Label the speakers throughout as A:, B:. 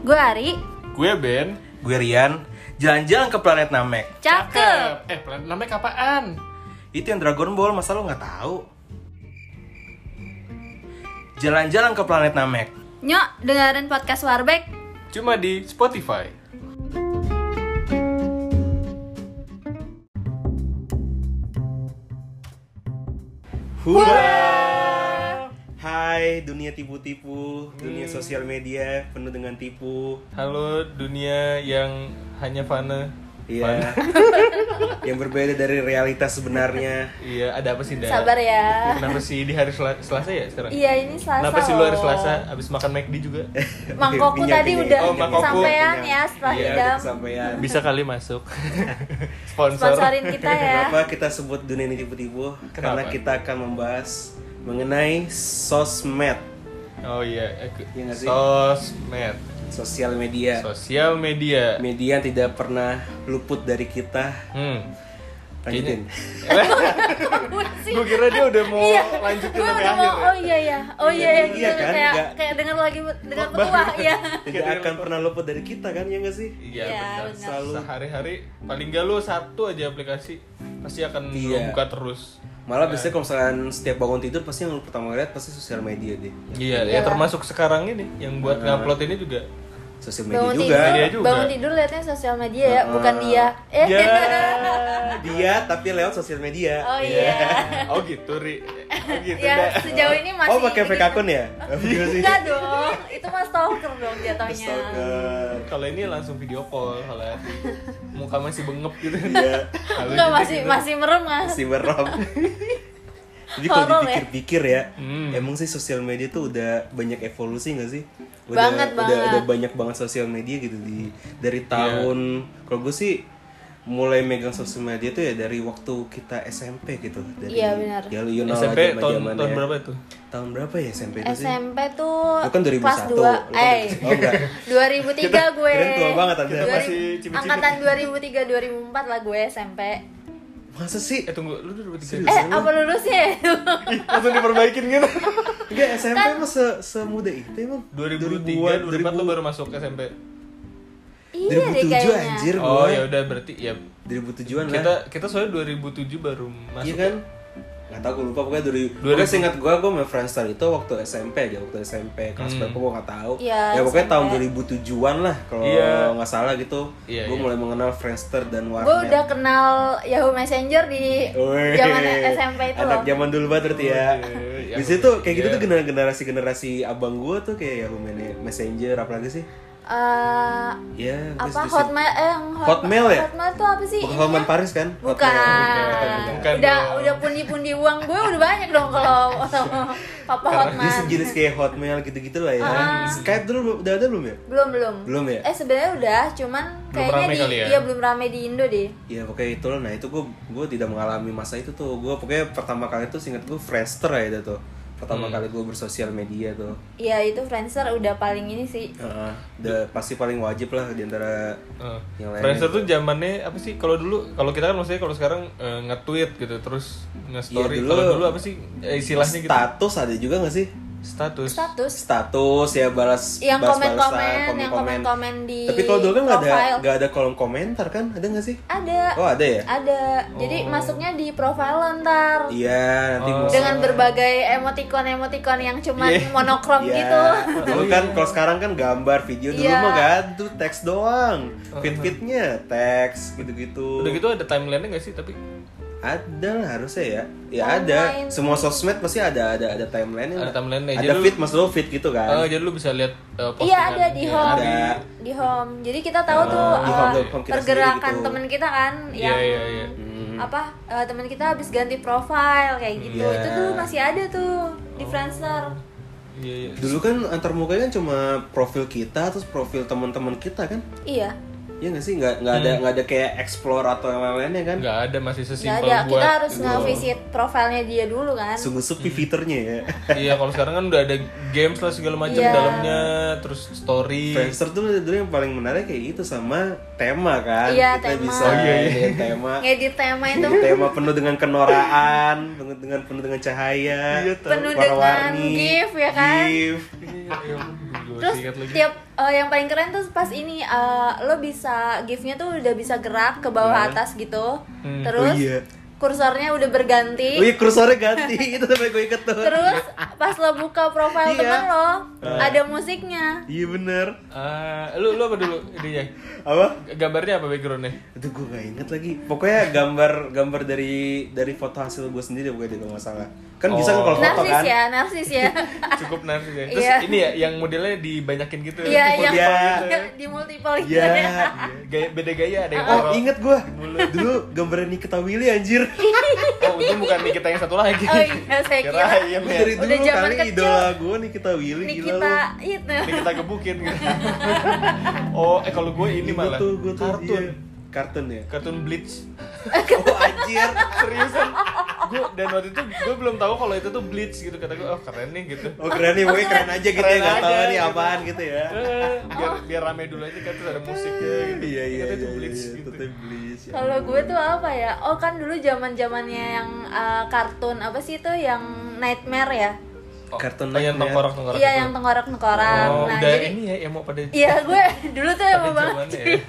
A: Gue Ari,
B: Gue Ben.
C: Gue Rian, jalan-jalan ke planet Namek.
A: cakep.
B: Eh, planet namanya kapan?
C: Itu yang Dragon Ball, masa lo nggak tahu? Jalan-jalan ke planet Namek.
A: Nyok, dengerin podcast Warbeck.
B: Cuma di Spotify.
C: Hurrah! Hai dunia tipu-tipu, dunia sosial media penuh dengan tipu.
B: Halo dunia yang hanya fana.
C: Iya. yang berbeda dari realitas sebenarnya.
B: Iya, ada apa sih, Da?
A: Sabar ya.
B: Kenapa sih di hari Sela- Selasa ya sekarang?
A: Iya, ini Selasa.
B: Kenapa sih lu hari
A: loh.
B: Selasa abis makan McD juga?
A: Mangkoku
C: Pinjam,
A: tadi
C: pinjam.
A: udah
B: Oh, Mangkoku.
A: sampean
C: Pinjam.
A: ya setelah
C: Iya,
A: idam.
C: kesampaian.
B: Bisa kali masuk. Sponsor.
A: Sponsorin kita ya.
C: Kenapa kita sebut dunia ini tipu-tipu? Karena
B: Kenapa?
C: kita akan membahas mengenai sosmed,
B: Oh iya, aku-
C: Iya nggak sih?
B: sosmed,
C: sosial media.
B: sosial media.
C: Media yang tidak pernah luput dari kita.
B: Hmm.
C: Lanjutin.
A: Gue sih.
B: Gue kira dia udah mau lanjutin
A: Gue
B: sampai
A: udah
B: akhir.
A: Iya. mau, oh iya ya, oh iya ya,
C: Iya
A: gitu
C: kan,
A: kayak
C: nggak- Iya,
A: kayak denger lagi denger petua ya.
C: Tidak akan pernah luput dari kita kan, ya nggak sih?
B: Iya
A: Iya,
B: benar.
A: benar.
B: Selalu sehari-hari paling gak lu satu aja aplikasi pasti akan lu
C: Iya.
B: buka terus.
C: Malah biasanya kalau misalkan setiap bangun tidur pasti yang lu pertama lihat pasti sosial media deh.
B: Iya, ya termasuk sekarang ini yang buat ngupload ini juga.
C: Sosial media
A: Bangun
C: juga.
B: Media
A: tidur,
B: juga.
A: bangun tidur liatnya sosial media ya, bukan dia. Eh,
B: Ya.
C: Dia tapi lewat sosial media.
A: oh iya.
B: oh gitu, Ri. Oh gitu.
A: Ya,
B: dah.
A: sejauh ini masih.
C: Oh, pakai fake
A: begitu.
C: akun ya? Iya sih.
A: Enggak dong, itu mah stalker dong jatuhnya.
C: Stalker.
B: Kalau ini langsung video call kalau Adi. muka masih bengep gitu.
C: Iya.
B: Kalau
A: Enggak
B: ini
A: masih
B: gitu.
A: masih merem mas.
C: si Rob. Jadi kalau
A: Horor ya?
C: dipikir-pikir ya,
B: Hmm.
C: emang sih sosial media tuh udah banyak evolusi gak sih? Udah,
A: Banget,
C: udah,
A: banget.
C: Udah banyak banget sosial media gitu di dari
B: Iya.
C: tahun kalau gue sih mulai megang sosial media tuh ya dari waktu kita SMP gitu. Dari,
A: Iya, benar.
C: Ya lu you know
B: SMP
C: lah
B: tahun
C: zaman-zamannya.
B: tahun berapa itu?
C: Tahun berapa ya SMP itu sih?
A: SMP tuh
C: Bukan 2001.
A: kelas
C: lu
A: 2
C: kan
A: Eh,
C: 2000. Oh enggak.
A: 2003 gue
C: keren tua banget, Anda.
A: Dua-
B: Masih cibi-cibi.
A: Angkatan 2003 2004 lah gue SMP
C: Masa sih?
B: Eh tunggu, lu udah bertiga.
A: Eh, apa lulusnya? Iya
B: langsung diperbaikin gitu.
C: Enggak SMP
A: Kan
C: mah se semuda itu emang
B: 2003 2004 lu baru masuk SMP.
A: iya deh
C: 2007
A: kayaknya
C: anjir
B: Oh
C: gua.
B: ya udah berarti ya
C: 2007-an lah.
B: kita kita soalnya 2007 baru
C: Iya
B: masuk.
C: kan? Gak tau, gue lupa pokoknya dari
B: Dua
C: Pokoknya
B: ribu.
C: seingat gue, gue main Friendster itu waktu SMP aja Waktu SMP,
B: Hmm.
C: kelas berapa gue gak tau
A: Iya,
C: Ya pokoknya tahun
A: SMP.
C: 2007-an lah Kalau
B: Iya.
C: nggak salah gitu
B: Iya,
C: Gue
B: iya.
C: mulai mengenal Friendster dan warnet
A: Gue udah kenal Yahoo Messenger di
C: Weh,
A: zaman SMP itu
C: Anak
A: loh
C: zaman dulu banget berarti ya
B: Weh,
C: Di
B: Yahoo
C: situ kayak gitu
B: Messenger.
C: tuh gener- generasi-generasi abang gue tuh kayak Yahoo Men- Messenger apalagi sih
A: Eh,
C: Ya, gua
A: apa
C: di situ.
A: hotmail eh yang hot-
C: Hotmail ya?
A: hotmail tuh apa sih
C: Bukan
A: ininya?
C: Hotman Paris kan?
A: Bukan.
B: Bukan
A: Udah
B: dong.
A: udah pundi-pundi uang gue udah banyak dong kalau sama Papa
C: Dia
A: Hotman.
C: Iya, sejenis kayak Hotmail gitu-gitu lah ya
A: Ah.
C: Skype dulu udah ada belum ya?
A: Belum belum.
C: Belum ya?
A: Eh sebenarnya udah, cuman
B: Belum
A: kayaknya
B: rame
A: di
B: kali ya?
A: iya, belum rame di Indo deh.
C: Ya pokoknya itu lah. Nah itu gue gue tidak mengalami masa itu tuh. Gue pokoknya pertama kali tuh singkat gue Friendster ya itu tuh. Pertama
B: Hmm.
C: kali gue bersosial media tuh.
A: Iya itu Friendster udah paling ini sih.
C: Heeh. udah pasti paling wajib lah diantara
B: Eh,
C: yang lain.
B: Friendster tuh zamannya apa sih? Kalau dulu, kalau kita kan maksudnya kalau sekarang eh, nge-tweet gitu, terus
C: Iya,
B: nge-story.
C: dulu-
B: kalau dulu apa sih eh, istilahnya gitu?
C: Status ada juga gak sih?
B: Status.
A: Status
C: Status ya balas
A: yang
C: balas-
A: komen-komen,
C: balasan,
A: yang komen-komen di
C: Tapi kalau dulu kan nggak ada
A: profile.
C: nggak ada kolom komentar kan? Ada nggak sih?
A: Ada.
C: Oh ada ya?
A: Ada. Jadi masuknya di profile ntar.
C: Iya nanti
B: Oh.
C: mau-
A: Dengan berbagai emoticon-emoticon yang cuman
B: Iya.
A: monokrom
C: Iya,
A: gitu.
C: Dulu kan kalau sekarang kan gambar, video dulu
A: Iya.
C: mah gak ada teks doang. Fit-fitnya teks gitu-gitu.
B: Oh, Udah gitu ada timeline-nya nggak sih? Tapi
C: Ada lah harusnya ya. Ya
A: Timeline.
C: ada. Semua sosmed pasti ada ada ada timeline
B: Ada timeline-nya.
C: Ada
B: Jadi
C: feed mas lo feed gitu
B: eh,
C: kan.
B: jadi lu bisa lihat eh, postingan.
A: Iya ada di
B: yang
A: home,
B: ada.
C: Ada. Ah,
A: di home. Jadi kita tahu tuh
C: di
A: eh,
C: home- di home kita
A: pergerakan
C: sendiri gitu.
A: teman kita kan
B: Iya,
A: yang
B: iya, iya.
A: apa eh, teman kita habis ganti profile kayak gitu.
C: Iya.
A: Itu tuh masih ada tuh
B: Oh.
A: di Friendster.
B: Iya, iya.
C: Dulu kan antar muka kan cuma profil kita terus profil teman-teman kita kan.
A: Iya.
C: Iya nggak sih? Nggak nggak ada nggak ada kayak explore atau yang lainnya kan?
B: Hmm. Nggak ada masih
A: Nggak
B: sesimpel
A: ada.
B: buat.
A: Kita harus nge-visit profilnya dia dulu kan.
C: Sungguh sepi
B: Hmm.
C: fiturnya ya.
B: Iya, kalau sekarang kan udah ada games lah segala macam
A: Iya.
B: dalamnya, terus story.
C: Friendster tuh dulu yang paling menarik kayak gitu sama tema kan.
A: Iya,
C: kita
A: tema.
C: bisa
A: Oh,
B: iya, iya.
C: ngeliat tema.
A: Ngedit tema itu
C: Jadi tema penuh dengan kenoraan, penuh dengan penuh dengan cahaya,
B: Iya,
A: penuh dengan
C: warna-warni,
A: gift ya kan.
C: gift.
B: Iya, iya.
A: Terus
B: ingat lagi.
A: tiap eh, yang paling keren tuh pas ini eh, lo bisa giftnya tuh udah bisa gerak ke bawah atas gitu. Terus
C: Oh, iya.
A: kursornya udah berganti.
C: Oh iya kursornya ganti itu sampai gue inget tuh.
A: Terus pas lo buka profil
C: Iya.
A: teman lo, ada musiknya.
C: Iya bener.
B: Ah, lu lu apa dulu dia?
C: Apa?
B: Gambarnya apa backgroundnya?
C: Itu gue gak inget lagi. Pokoknya gambar gambar dari dari foto hasil gue sendiri pokoknya deh, kalau nggak salah. Kan bisa kan kalau foto
A: Narsis
C: kan.
A: ya, narsis ya.
B: Cukup nanti ya. Terus
A: Iya.
B: ini ya yang modelnya dibanyakin gitu.
A: Iya,
B: Tipe-
A: iya.
C: Iya.
A: Di multiple gitu
C: Iya.
A: ya.
B: Gaya, beda gaya ada yang
C: Oh
B: orang.
C: inget gue. Dulu gambarnya Nikita Willy anjir.
B: Oh, itu bukan kita yang satu lagi.
A: Oh iya, saya
B: Kira
A: kira.
B: ayam
C: Gue
B: ya.
C: dari
A: Udah
C: dulu
A: zaman
C: kali
A: kecil.
C: idola gue Nikita Willy
A: Ini
C: gila
A: kita
C: lu.
A: itu.
B: Ini kita gebukin gitu. Oh, eh kalau gue ini
C: Gua
B: malah
C: tuh, gua tuh,
B: kartun.
C: iya. kartun ya.
B: Kartun Bleach.
C: Oh anjir.
B: Seriusan. Gue dan waktu itu gue belum tahu kalau itu tuh Bleach gitu kata gue. Oh, keren nih gitu.
C: Oh keren nih, pokoknya keren aja gitu
B: Keren
C: ya, gak tau
B: aja,
C: nih
B: gitu.
C: apaan gitu ya
B: Eh, biar biar rame dulu aja kan terus ada musiknya gitu.
C: Iya iya
B: Ternyata
C: iya,
B: itu Bleach
C: iya,
B: gitu.
C: tetep Bleach ya.
A: Kalau gue tuh apa ya? Oh kan dulu zaman zamannya yang eh, kartun apa sih itu yang Nightmare ya?
B: Oh,
C: Kartun
B: oh, yang
C: Nightmare.
B: tengkorak tengkorak.
A: Iya yang tengkorak-tengkorak.
B: Oh,
A: nah,
B: udah
A: jadi
B: ini ya yang mau pada
A: Iya gue dulu tuh
B: pada
A: emang banget.
B: zamannya ya.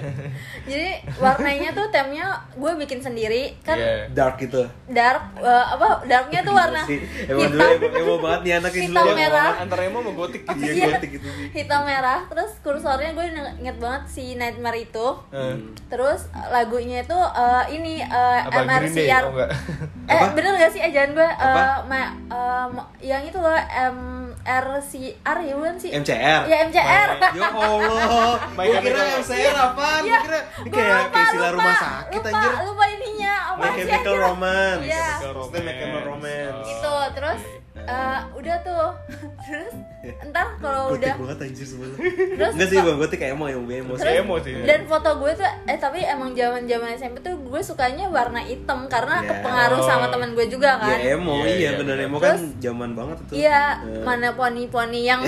A: Jadi warnanya tuh temnya gue bikin sendiri kan
B: Iya.
C: Dark gitu
A: dark eh, apa darknya tuh warna
C: Iya sih. Emang dulu
A: hitam
C: emo, emo banget nih anaknya dulu
A: Hitam
B: Dia
A: merah.
B: ngomong antara emo sama gotik gitu.
C: Iya
A: Iya.
C: gotik gitu sih
A: hitam merah terus kursornya gue inget banget si Nightmare itu
C: Hmm.
B: Eh,
A: terus lagunya itu eh, ini eh,
B: apa Green Day
A: MRCR
B: oh enggak?
A: eh
C: Apa?
A: bener gak sih ajaran gue Eh,
C: Apa?
A: ma- eh, mo- yang itu loh MRCR ya bukan sih
C: MCR
A: ya MCR
C: Ya Allah,
B: My
C: gue kira
B: Chemical-
C: MCR apaan? Gue kira ini
A: Gue
C: kayak
A: Iya. lupa,
C: kayak sila
A: lupa,
C: rumah sakit
A: lupa,
C: anjir
A: lupa ininya apa
C: My
A: sih
C: Chemical
A: anjir?
C: Romance
A: Iya.
C: Maksudnya My Chemical Romance
A: gitu terus
C: Oh, iya.
A: eh, udah tuh terus entar kalau
C: Gotik
A: udah
C: banget anjir sebenernya
A: Terus-
C: Enggak sih bang, gotik kayak emo, emo, emo sih
B: Terus- emo sih.
A: dan foto gue tuh eh tapi emang zaman zaman SMP tuh gue sukanya warna hitam karena
C: Ya.
A: kepengaruh sama teman gue juga kan
C: Ya emo,
B: Iya, iya,
C: iya bener
B: bener.
C: emo kan
A: Terus-
C: zaman banget itu
A: iya
C: Eh,
A: mana poni-poni yang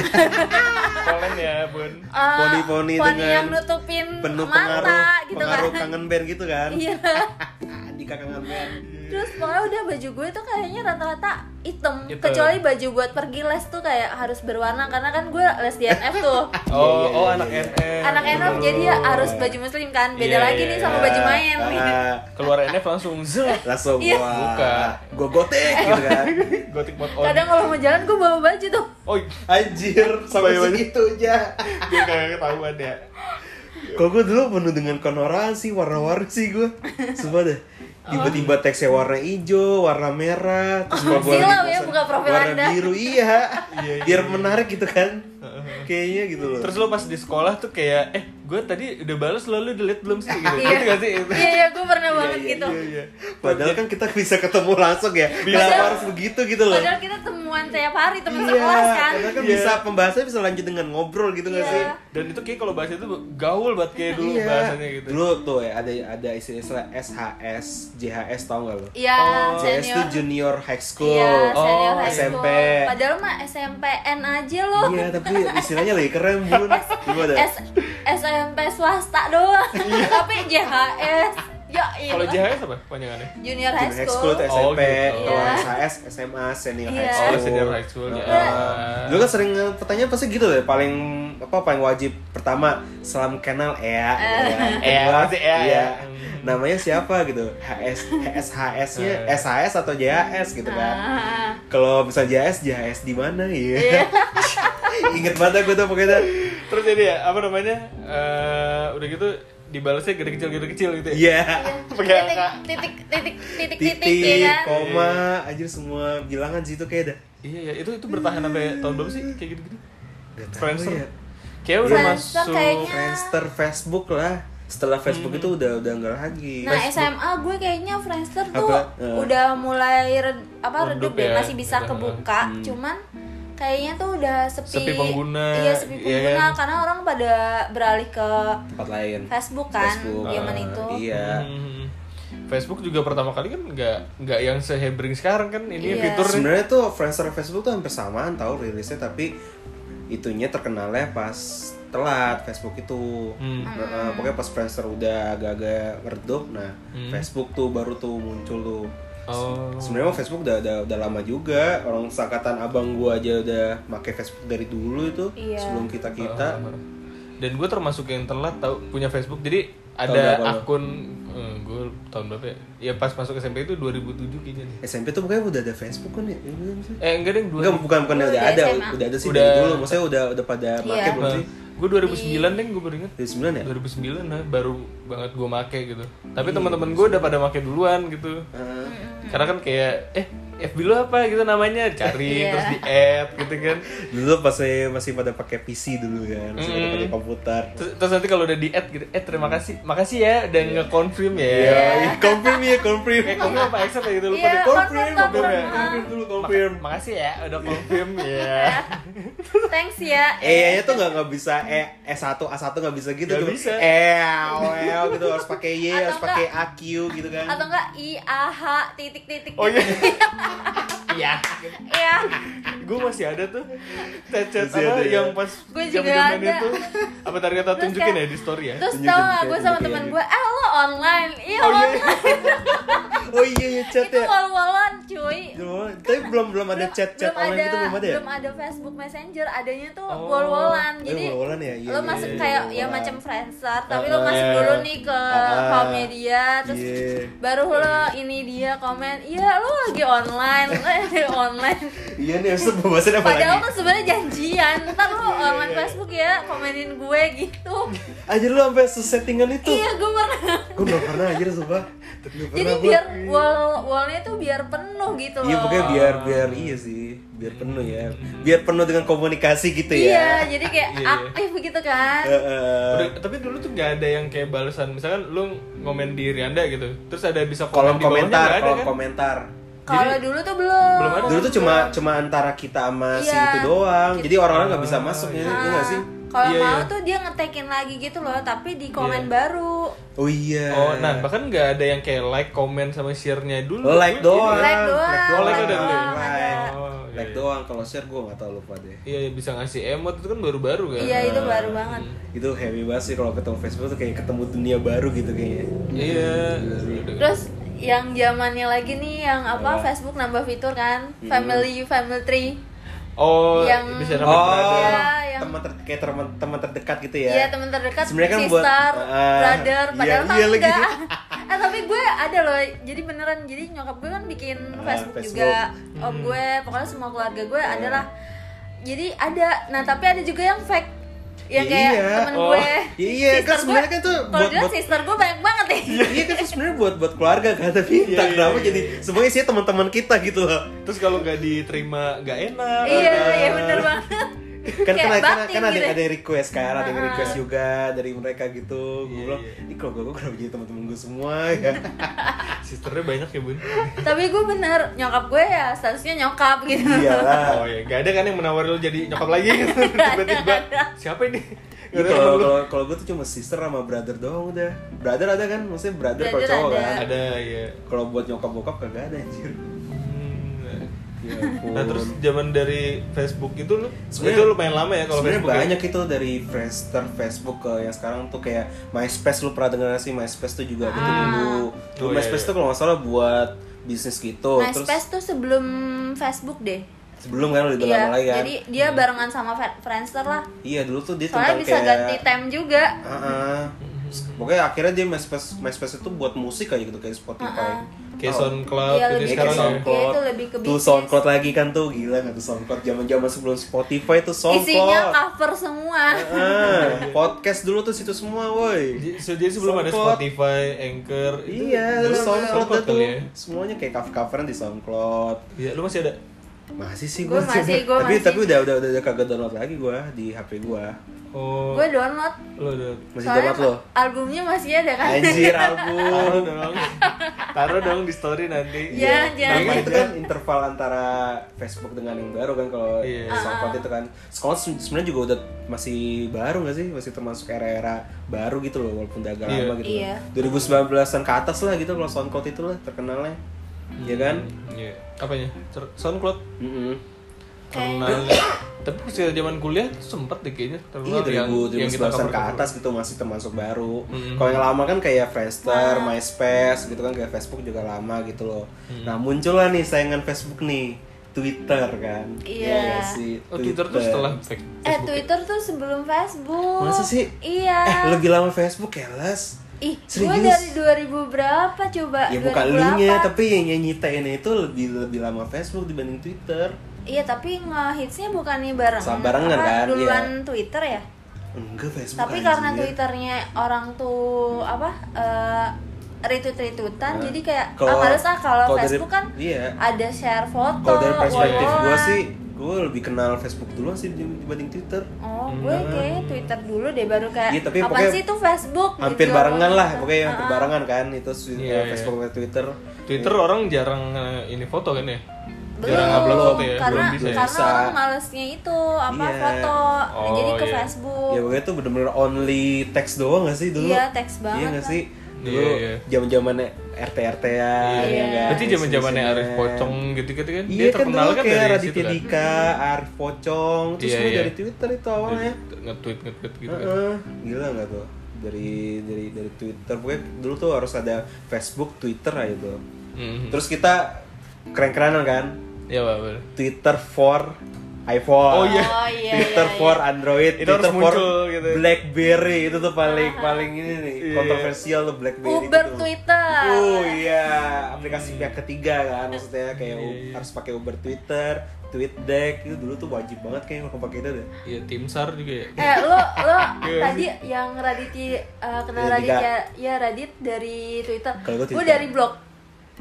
B: Kalian ya,
A: eh,
B: Bun.
C: Poni-poni dengan
A: yang nutupin
C: penuh pengaruh,
A: mata gitu
C: pengaruh
A: kan
C: kangen band gitu kan
A: iya
C: Dika kangen band
A: terus pokoknya udah baju gue tuh kayaknya rata-rata hitam
B: Hitam.
A: kecuali baju buat pergi les tuh kayak harus berwarna karena kan gue les di NF tuh
B: Oh,
C: iya,
B: oh
C: iya,
B: anak
C: iya.
B: NF.
A: anak NF jadi ya harus baju muslim kan beda
B: Iya,
A: lagi
B: iya,
A: nih
B: iya.
A: sama baju main
C: Ah,
B: Keluar NF langsung zek.
C: langsung
A: Iya.
C: gua
B: Buka.
C: gua gotek gitu kan
B: Gotik mode on.
A: kadang kalau mau jalan gue bawa baju tuh
B: Oh,
C: anjir sampai
B: Baik-baik.
C: segitu aja
B: dia kayak ketahuan ya.
C: kalau gua dulu penuh dengan konoran sih warna-warni sih gua sumpah deh
A: Oh.
C: tiba-tiba teksnya warna hijau warna merah terus kalau gua
A: Silau
C: lagi
A: ya,
C: bosan,
A: buka profil
C: warna
A: Anda.
C: biru iya
B: Iya, iya,
C: biar menarik gitu kan kayaknya gitu loh
B: Terus lo pas di sekolah tuh kayak eh gue tadi udah balas lo lu delete belum sih gitu.
A: Iya.
B: Gitu gak sih?
A: iya iya gue pernah banget
C: iya,
A: gitu
B: Iya.
C: padahal kan kita bisa ketemu langsung ya kenapa
A: Padahal-
C: harus begitu gitu loh
A: padahal kita temuan tiap hari teman
C: Iya,
A: sekelas kan
C: Padahal kan
B: Iya.
C: bisa pembahasannya bisa lanjut dengan ngobrol gitu nggak
A: Iya.
C: sih?
B: Dan itu kayak kalau bahasa itu gaul banget kayak dulu
C: Iya.
B: bahasanya gitu.
C: Dulu tuh ya ada ada istilah SHS, JHS tau nggak lo?
A: iya
B: Oh,
C: JHS
A: senior
C: tuh junior high school.
A: iya senior
B: Oh,
A: high school.
C: SMP.
A: padahal mah SMPN aja loh
C: Iya, tapi istilahnya lebih keren bun. Gimana?
A: S SMP swasta doang tapi JHS ya
B: Kalau
A: iya
B: JHS apa panjangannya?
A: junior high
C: Junior high school
A: school
C: tuh ya, kan?
B: Oh,
C: SMP,
B: gitu.
C: kalau
A: Iya.
C: SHS, SMA, senior
A: Iya.
C: high
A: Oh,
C: school.
B: senior high school, ya.
C: Heeh. Dulu kan sering pertanyaan pasti gitu deh, paling apa paling wajib pertama salam kenal ya.
A: Eh.
B: Ea,
C: Kedua,
B: E pasti Ea,
C: iya.
B: ya.
C: Namanya siapa gitu? HS HS HS-nya
B: Eh.
C: SHS atau JHS gitu kan.
A: Ah. Iya.
C: Kalau bisa JHS, JHS di mana ya? Ingat banget gue tuh pokoknya.
B: Terus ini ya apa namanya? Eh udah gitu dibalasnya gede kecil gede kecil gitu
C: Iya.
B: ya. Pakai angka.
A: titik titik titik titik titik
C: Titik,
A: Iya, ya kan
C: koma, anjir semua bilangan situ kayak dah.
B: Iya, iya, itu itu bertahan sampai tahun berapa sih kayak gitu-gitu?
C: Gak tahu
B: Friendster.
C: ya.
B: Kayak udah
A: Friendster
B: masuk
A: kayaknya.
C: Friendster Facebook lah. Setelah
B: Hmm.
C: Facebook itu udah udah enggak lagi.
A: Nah SMA gue kayaknya Friendster tuh
C: Apa? Eh.
A: udah mulai red- apa redup,
B: Redup
A: deh
B: ya.
A: masih bisa
B: Udah,
A: kebuka cuman kayaknya tuh udah sepi
B: Sepi pengguna,
A: iya sepi
B: iya
A: pengguna
B: kan?
A: karena orang pada beralih ke
C: tempat lain.
A: Facebook kan
C: Facebook,
A: zaman
C: ah,
A: itu
C: Iya.
B: Hmm. Facebook juga pertama kali kan nggak nggak yang sehebring sekarang kan ini
A: Iya.
B: fiturnya.
C: Sebenarnya tuh Friendster Facebook tuh hampir samaan tahu rilisnya tapi itunya terkenalnya pas telat Facebook itu.
B: Hmm.
C: Nah, eh, pokoknya pas Friendster udah agak-agak redup, nah Facebook tuh baru tuh muncul tuh.
B: Hmm. Oh.
C: Sebenarnya mah Facebook udah, udah udah lama juga. Orang seangkatan abang gua aja udah pakai Facebook dari dulu itu
A: Iya.
C: sebelum kita kita.
B: Oh, Dan gue termasuk yang telat tahu punya Facebook. Jadi
C: berapa
B: ada
C: lo?
B: akun eh, gue tahun berapa ya? Ya pas masuk SMP itu 2007 kayaknya deh.
C: SMP tuh pokoknya udah ada Facebook kan ya? Iya, belum sih?
B: Eh enggak deh
C: Enggak
B: 2000.
C: bukan bukan
A: Udah
C: udah ada,
A: SMA.
C: udah ada sih
B: Udah.
C: dari dulu. Maksudnya udah udah pada pakai
A: Iya.
C: belum sih?
B: Gue 2009 deh gue baru inget.
C: Dari sembilan ya?
B: 2009 nah, baru banget gue make gitu. Tapi
C: Iya,
B: teman-teman gue udah pada make duluan gitu.
A: Hmm.
C: Ah,
B: Karena kan kayak eh FB lu apa gitu namanya cari
A: Iya.
B: terus di add gitu kan.
C: dulu pas saya masih pada pakai PC dulu kan, masih pada
B: Mm.
C: pakai komputer.
B: Terus, terus nanti kalau udah di add gitu, eh terima kasih, makasih ya udah nge-confirm ya.
C: Iya, confirm ya, confirm.
B: Eh, confirm apa accept ya gitu lupa Iya,
A: Iya,
B: deh.
C: Confirm,
A: Confirm,
C: confirm ya.
A: confirm.
C: Confirm
A: Ah.
C: dulu, confirm.
B: Maka- makasih ya udah confirm ya.
A: Thanks ya.
C: E-nya tuh nggak nggak bisa E S1 A1 nggak bisa gitu
B: Nggak
C: tuh.
B: bisa.
C: E AOL gitu harus pakai Y
A: Atau
C: harus pakai AQ gitu kan.
A: Atau enggak I A H titik titik.
B: Oh iya. Iya.
A: Iya.
B: gue masih ada tuh cecet
C: Masih
B: apa
C: ada ya?
B: yang pas
A: Gua juga
B: zaman-zaman
A: ada.
B: itu apa tadi kata
A: Terus
B: tunjukin
A: kan-
B: ya di story ya.
A: Terus
C: Tunjukin,
A: tau gak gue
C: tunjukin,
A: sama
C: tunjukin
A: temen
C: aja.
A: gue, eh lo online, iya
B: Oh iya.
A: online
C: Oh iya ya chat
A: Itu
C: ya.
A: wal-walan cuy
C: Belum- Tapi belum belum ada chat chat online gitu belum ada ya.
A: belum ada Facebook Messenger adanya tuh
B: Oh.
A: wal-walan
C: Eh,
A: jadi
C: wal-walan ya? Iya,
A: lo
C: iya,
A: masuk
C: iya,
A: kayak ya
C: wal-walan.
A: macam friendster tapi lo
B: Ah,
A: masuk
B: iya.
A: dulu nih ke
C: Ah,
A: kaumnya dia terus
C: iya.
A: baru lo ini dia komen iya lo lagi online lo lagi online
C: Iya nih episode pembahasan apa
A: padahal kan
C: lagi?
A: tuh sebenarnya janjian ntar lo online Facebook ya komenin gue gitu
C: Aja lu sampai sesettingan itu.
A: iya gue pernah
C: Gue nggak pernah aja sumpah. Nggak
A: jadi
C: pernah gua.
A: biar wall wallnya tuh biar penuh gitu loh
C: Iya pokoknya biar biar iya sih biar penuh ya biar penuh dengan komunikasi gitu ya. Iya.
A: Iya, jadi kayak
B: Iya, iya.
A: aktif gitu kan.
C: Heeh.
B: Udah, tapi dulu tuh gak ada yang kayak balasan misalkan lu ngomen di Rianda gitu terus ada bisa
C: kolom
B: komen di bawahnya,
C: komentar
B: nggak ada
C: kolom
B: kan?
C: komentar.
A: Kalau dulu tuh belum.
B: belum ada
C: Dulu tuh cuma cuma antara kita sama si
A: Iya.
C: itu doang. Jadi orang-orang nggak
B: Oh,
C: bisa masuk ya,
A: Nah,
C: iya nggak sih?
A: Kalau
B: Iya,
A: mau
B: iya.
A: tuh dia ngetekin lagi gitu loh, tapi di komen baru.
C: Oh iya.
B: oh nah bahkan gak ada yang kayak like komen sama share-nya dulu Iya,
C: like doang.
A: Like doang,
B: like
C: ada
B: doang,
A: ada.
B: Oh, iya,
C: Like
B: iya.
C: doang kalau share gue nggak tahu lupa deh.
B: iya bisa ngasih emot itu kan baru-baru kan
A: Iya, itu baru banget.
C: Itu heavy banget sih kalau ketemu Facebook tuh kayak ketemu dunia baru gitu kayaknya.
B: iya
A: Terus yang zamannya lagi nih yang apa Facebook nambah fitur kan, family family tree.
B: oh
A: Yang-
B: bisa nama
C: Oh,
B: brother.
A: Iya, yang-
C: teman ter- kayak teman teman terdekat gitu ya.
A: Iya, teman terdekat,
C: Sebenarnya kan
A: sister,
C: buat- ah,
A: brother,
C: iya,
A: padahal
C: iya lagi.
A: enggak. eh tapi gue ada loh, jadi beneran jadi nyokap gue kan bikin
C: Ah,
A: Facebook,
C: Facebook. Hmm. Iya.
A: juga, om gue, pokoknya semua keluarga gue adalah jadi ada, nah tapi ada juga yang fake, yang
C: Ya,
A: kayak
C: iya.
A: temen
B: Oh.
A: gue.
C: Ya, iya,
A: Sister
C: kan sebenarnya
A: gue-
C: kan tuh
A: kalau
C: buat-
A: dilihat
C: buat-
A: sister gue banyak banget nih.
C: Iya kan itu sebenarnya buat buat keluarga kan tapi entah
B: iya,
C: kenapa
B: iya.
C: jadi semuanya sih teman-teman kita gitu loh.
B: terus kalau nggak diterima nggak enak Nah,
A: iya, iya bener banget. Kayak
C: Kan kan, kan,
A: batin
C: kan ada
A: gitu.
C: ada yang request kan, ada yang request juga dari mereka gitu. Gue
B: Iya,
C: bilang,
B: iya.
C: ini keluarga gue kenapa jadi teman-teman gue semua ya.
B: sisternya banyak ya bun
A: tapi gue bener nyokap gue ya statusnya nyokap gitu.
C: Iyalah.
B: oh ya nggak ada kan yang menawarin lo jadi nyokap lagi tiba-tiba siapa ini
C: Iya,
B: Gitu. Nggak ada
C: kalau
B: temen lu.
C: kalau kalau gue tuh cuma sister sama brother doang udah. Brother ada kan? Maksudnya brother kalau
A: Brother
C: cowok
A: ada.
C: kan.
B: ada ya
C: Kalau buat nyokap bokap kagak ada anjir.
B: Hmm.
C: Ya
B: Nah
C: ampun.
B: terus zaman dari Facebook itu lu
C: Sebenarnya-
B: itu lumayan lama ya
C: Iya.
B: kalau
C: Sebenarnya
B: Facebook ya?
C: banyak itu dari Friendster, Facebook ke yang sekarang tuh kayak MySpace lu pernah dengar nggak sih MySpace tuh juga
A: Ah.
C: gitu dulu. Dulu
B: Oh, iya,
C: MySpace
B: iya.
C: tuh kalau nggak salah buat bisnis gitu.
A: MySpace Nah, tuh sebelum Facebook deh.
C: Terus sebelum kan udah
A: Iya,
C: lama lagi kan.
A: jadi dia barengan sama Fe- Friendster lah.
C: Iya dulu tuh dia
A: Soalnya
C: tentang
A: bisa
C: kayak
A: ganti time juga.
C: Heeh. Pokoknya akhirnya dia MySpace MySpace itu buat musik aja gitu kayak Spotify.
B: kayak
C: Tahu.
A: Iya,
B: SoundCloud gitu
A: lebih
C: Iya,
A: ke
B: sekarang
C: kayak
B: ya.
A: sound-
C: SoundCloud.
A: Iya, itu lebih ke
C: Tuh
A: bisnis.
C: SoundCloud lagi kan tuh gila nggak tuh SoundCloud zaman-zaman sebelum Spotify tuh SoundCloud.
A: Isinya cover semua.
C: Heeh. Eh, podcast dulu tuh situ semua, woi.
B: Jadi- so, Jadi sebelum ada
C: SoundCloud.
B: Spotify, Anchor, itu
C: Iya,
B: dulu
C: lu SoundCloud dah tuh
B: kali ya.
C: semuanya kayak cover coveran di SoundCloud.
B: Iya, lu masih ada.
C: Masih sih
A: Gua
C: gua
A: masih, gua
C: tapi
A: masih.
C: tapi udah udah udah, udah kagak download lagi gua di HP gua.
B: Oh,
A: Gue download.
B: lu ada.
C: Masih
A: Soalnya
C: download lo.
A: albumnya masih ada kan.
B: Iya,
C: Anjir album.
B: Taruh dong. Taruh dong di story nanti.
A: Iya, jangan.
C: Tapi kan itu
B: Namanya-
C: kan interval antara Facebook dengan yang baru kan kalau
B: Iya.
C: SoundCloud itu kan. Sekolah se- sebenarnya juga udah masih baru nggak sih? Masih termasuk era-era baru gitu loh walaupun udah agak
B: Iya.
C: lama gitu.
A: Iya.
C: kan. 2019-an ke atas lah gitu kalau SoundCloud itu lah terkenalnya. Iya kan?
B: Iya. Apanya? Ter- SoundCloud.
C: Mm-mm.
A: eh,
B: Karena tapi ketika zaman kuliah tuh sempet deh kayaknya
C: Iya
B: terkenal yang,
C: 2000
B: yang
C: 2019 ke
B: kita cover-cover.
C: atas gitu masih termasuk baru.
B: Mm-mm.
C: Kalau yang lama kan kayak
A: Nah.
C: Friendster, MySpace gitu kan kayak Facebook juga lama gitu loh. Nah muncullah nih saingan Facebook nih Twitter kan.
A: Iya.
C: nggak sih.
B: Oh, Twitter tuh setelah Fe-
A: Eh
B: Facebook. ya?
A: Twitter tuh sebelum Facebook.
C: Masa sih?
A: Iya.
C: Eh lebih lama Facebook ya Les.
A: Ih, gue
C: serius?
A: dari 2000 berapa coba?
C: Ya bukan
A: 2008.
C: lu nya, tapi yang nyanyi TN itu lebih lebih lama Facebook dibanding Twitter.
A: Iya, tapi ngehitsnya bukannya bareng.
C: Sama barengan
A: apa,
C: kan,
A: Duluan
C: iya.
A: Twitter ya.
C: Enggak Facebook.
A: tapi karena
C: anjir.
A: Twitternya orang tuh apa? eh retweet retweetan jadi kayak ah
C: Nah, Kalau-
A: males ah kalau
C: kalau dari-
A: Facebook kan
C: iya.
A: ada share foto
C: Kalau dari perspektif gue
A: wall-wallan.
C: sih, gue lebih kenal Facebook duluan sih dibanding Twitter.
A: oh gue kayak Twitter dulu deh baru kayak
C: Hmm. Iya, tapi
A: apa
C: pokoknya
A: sih itu Facebook
C: hampir
A: gitu.
C: barengan lah pokoknya hampir
A: Ah, ah.
C: barengan kan itu su-
B: Iya, iya.
C: Facebook sama Twitter
B: Twitter orang jarang eh, ini foto kan ya?
A: belum
B: Jarang upload foto ya,
A: karena
B: belum bisa. ya?
A: karena
C: Bisa.
A: orang malesnya itu apa
C: Iya.
A: foto Nah,
B: Oh,
A: jadi ke
B: iya.
A: Facebook
C: ya pokoknya tuh bener-bener only teks doang gak sih dulu
A: Iya, teks banget
C: iya gak
A: lah.
C: sih dulu
B: Iya, iya.
C: zaman zamannya RT RT ya
A: Iya.
C: kan?
B: Berarti zaman-zamannya
C: Isi-isinya.
B: Arif Pocong gitu-gitu kan.
C: iya kan dulu kayak
B: situ
C: Raditya Dika Arif Pocong terus
B: Iya,
C: semua
B: iya.
C: dari Twitter itu awalnya
B: Nge-tweet nge-tweet gitu kan.
C: Heeh, gila nggak tuh dari dari dari Twitter pokoknya dulu tuh harus ada Facebook Twitter aja tuh
B: Mhm.
C: terus kita keren-kerenan kan
B: Iya, bener.
C: Twitter for iPhone.
B: Oh, iya.
A: Oh, iya,
C: Twitter
A: iya,
C: for Android,
B: Itu
C: Twitter
B: harus
C: for
B: muncul, gitu.
C: BlackBerry itu tuh paling paling ini nih
B: Iya.
C: kontroversial tuh BlackBerry.
A: Uber
C: gitu.
A: Twitter.
C: Oh iya, aplikasi pihak ketiga kan
A: Iya.
C: maksudnya kayak u- harus pakai Uber Twitter, TweetDeck itu dulu tuh wajib banget kayaknya kalau pakai itu deh.
B: Iya, tim SAR juga ya.
A: eh lo lo tadi yang Raditya eh, kenal
C: Iya, Raditya.
A: Raditya ya Radit dari Twitter
C: Kalau gua
A: gue
C: Twitter.
A: dari blog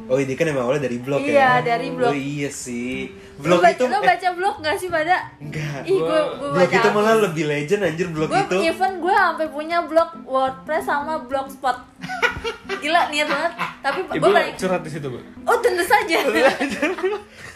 C: Oh iya, dia kan emang awalnya dari blog
A: Iya,
C: ya?
A: dari blog.
C: Oh iya sih.
A: lo,
C: Blog
A: ba-
C: itu
A: lo
C: eh,
A: baca blog gak sih pada
C: enggak.
A: ih gue gue
C: Blog
A: baca
C: itu malah lebih legend anjir blog
A: gue
C: itu.
A: even gue sampai punya blog WordPress sama blogspot gila niat banget tapi
B: Ibu
A: gue balik
B: curhat di situ, Bu.
A: oh tentu saja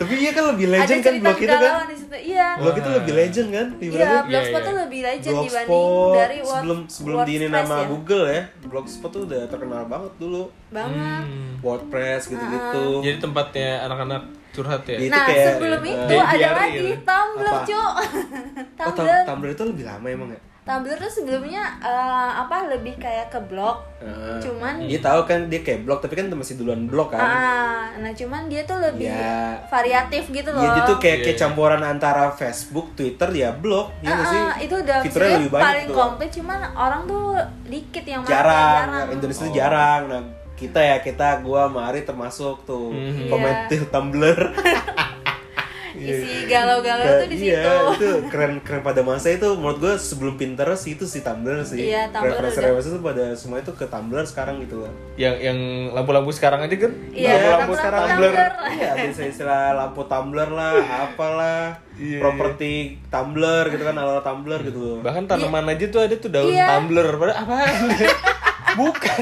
C: Tapi iya kan lebih legend kan blog itu kan.
A: kegalauan di situ iya
C: Blog itu lebih legend kan
A: iya
C: ibaratnya.
A: blogspot
B: Iya,
A: tuh
B: iya.
A: lebih legend dibanding
C: Blogspot
A: dari Word,
C: sebelum sebelum
A: WordPress
C: diini nama
A: ya.
C: Google ya Blogspot tuh udah terkenal banget dulu
A: banget
C: Hmm. WordPress gitu-gitu
A: Ah.
B: Jadi tempatnya anak-anak curhat ya.
C: Itu
A: nah
C: kayak,
A: sebelum
C: eh,
A: itu
B: BlackBerry
A: ada
B: ya.
A: lagi Tumblr
C: Apa?
A: cu
C: oh Tum-
A: Tumblr
C: Tumblr itu lebih lama emang ya
A: Tumblr tuh sebelumnya eh, apa lebih kayak ke blog
C: Ah.
A: cuman
C: dia tahu kan dia kayak blog tapi kan masih duluan blog kan
A: ah nah cuman dia tuh lebih
C: Ya.
A: variatif gitu loh
C: ya dia tuh kayak,
B: Iya,
C: kayak
B: iya.
C: campuran antara Facebook Twitter ya blog ya nggak
A: Ah,
C: sih
A: ah, itu udah
C: fiturnya
A: maksudnya
C: lebih banyak
A: paling
C: tuh.
A: komplit cuman orang tuh dikit yang pakai,
C: jarang, ya,
A: jarang.
C: Indonesia tuh jarang nah kita ya kita gua Mari termasuk tuh
A: Hmm.
B: Mhm.
C: komentar
A: Iya.
C: Tumblr
A: isi galau-galau tuh di
C: iya,
A: situ
C: itu keren keren pada masa itu menurut gue sebelum Pinterest itu sih Tumblr sih.
A: Iya, Tumblr
C: Referensi
A: udah.
C: referensi itu pada semua itu ke Tumblr sekarang gitu loh.
B: Yang yang lampu-lampu sekarang aja kan?
A: Iya,
B: Lampu-lampu
A: lampu-lampu
B: sekarang
A: Tumblr.
C: Iya, ada istilah lampu Tumblr lah, apalah,
B: Iya,
C: properti Tumblr gitu kan ala Tumblr gitu loh.
B: Bahkan tanaman aja tuh ada tuh daun
A: Iya.
B: tumbler. Padahal apaan? bukan.